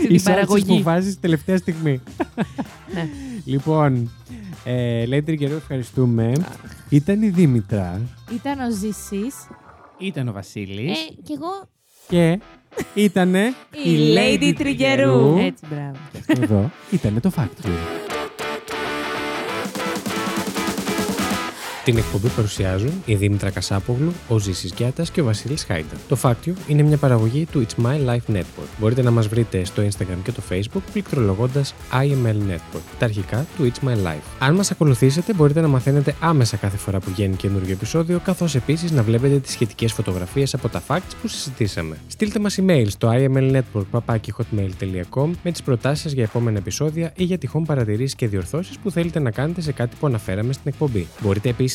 A: σάλτσες που
B: παραγωγή.
A: βάζεις τελευταία στιγμή.
B: Ναι.
A: Λοιπόν, ε, Lady καιρό ευχαριστούμε. Ήταν η Δήμητρα
C: Ήταν ο Ζήσης.
D: Ήταν ο Βασίλης.
C: Ε, κι εγώ.
A: και ήτανε Ε, η Lady Τριγερού.
B: Έτσι, μπράβο.
A: Εδώ ήτανε το Factory.
E: Την εκπομπή παρουσιάζουν η Δήμητρα Κασάπογλου, ο Ζήσης Γιάτας και ο Βασίλης Χάιντας. Το Factio είναι μια παραγωγή του It's My Life Network. Μπορείτε να μας βρείτε στο Instagram και το Facebook πληκτρολογώντας IML Network, τα αρχικά του It's My Life. Αν μας ακολουθήσετε μπορείτε να μαθαίνετε άμεσα κάθε φορά που βγαίνει καινούργιο επεισόδιο, καθώς επίσης να βλέπετε τις σχετικές φωτογραφίες από τα facts που συζητήσαμε. Στείλτε μας email στο imlnetwork.hotmail.com με τις προτάσεις σας για επόμενα επεισόδια ή για τυχόν παρατηρήσεις και διορθώσεις που θέλετε να κάνετε σε κάτι που αναφέραμε στην εκπομπή. Μπορείτε επίσης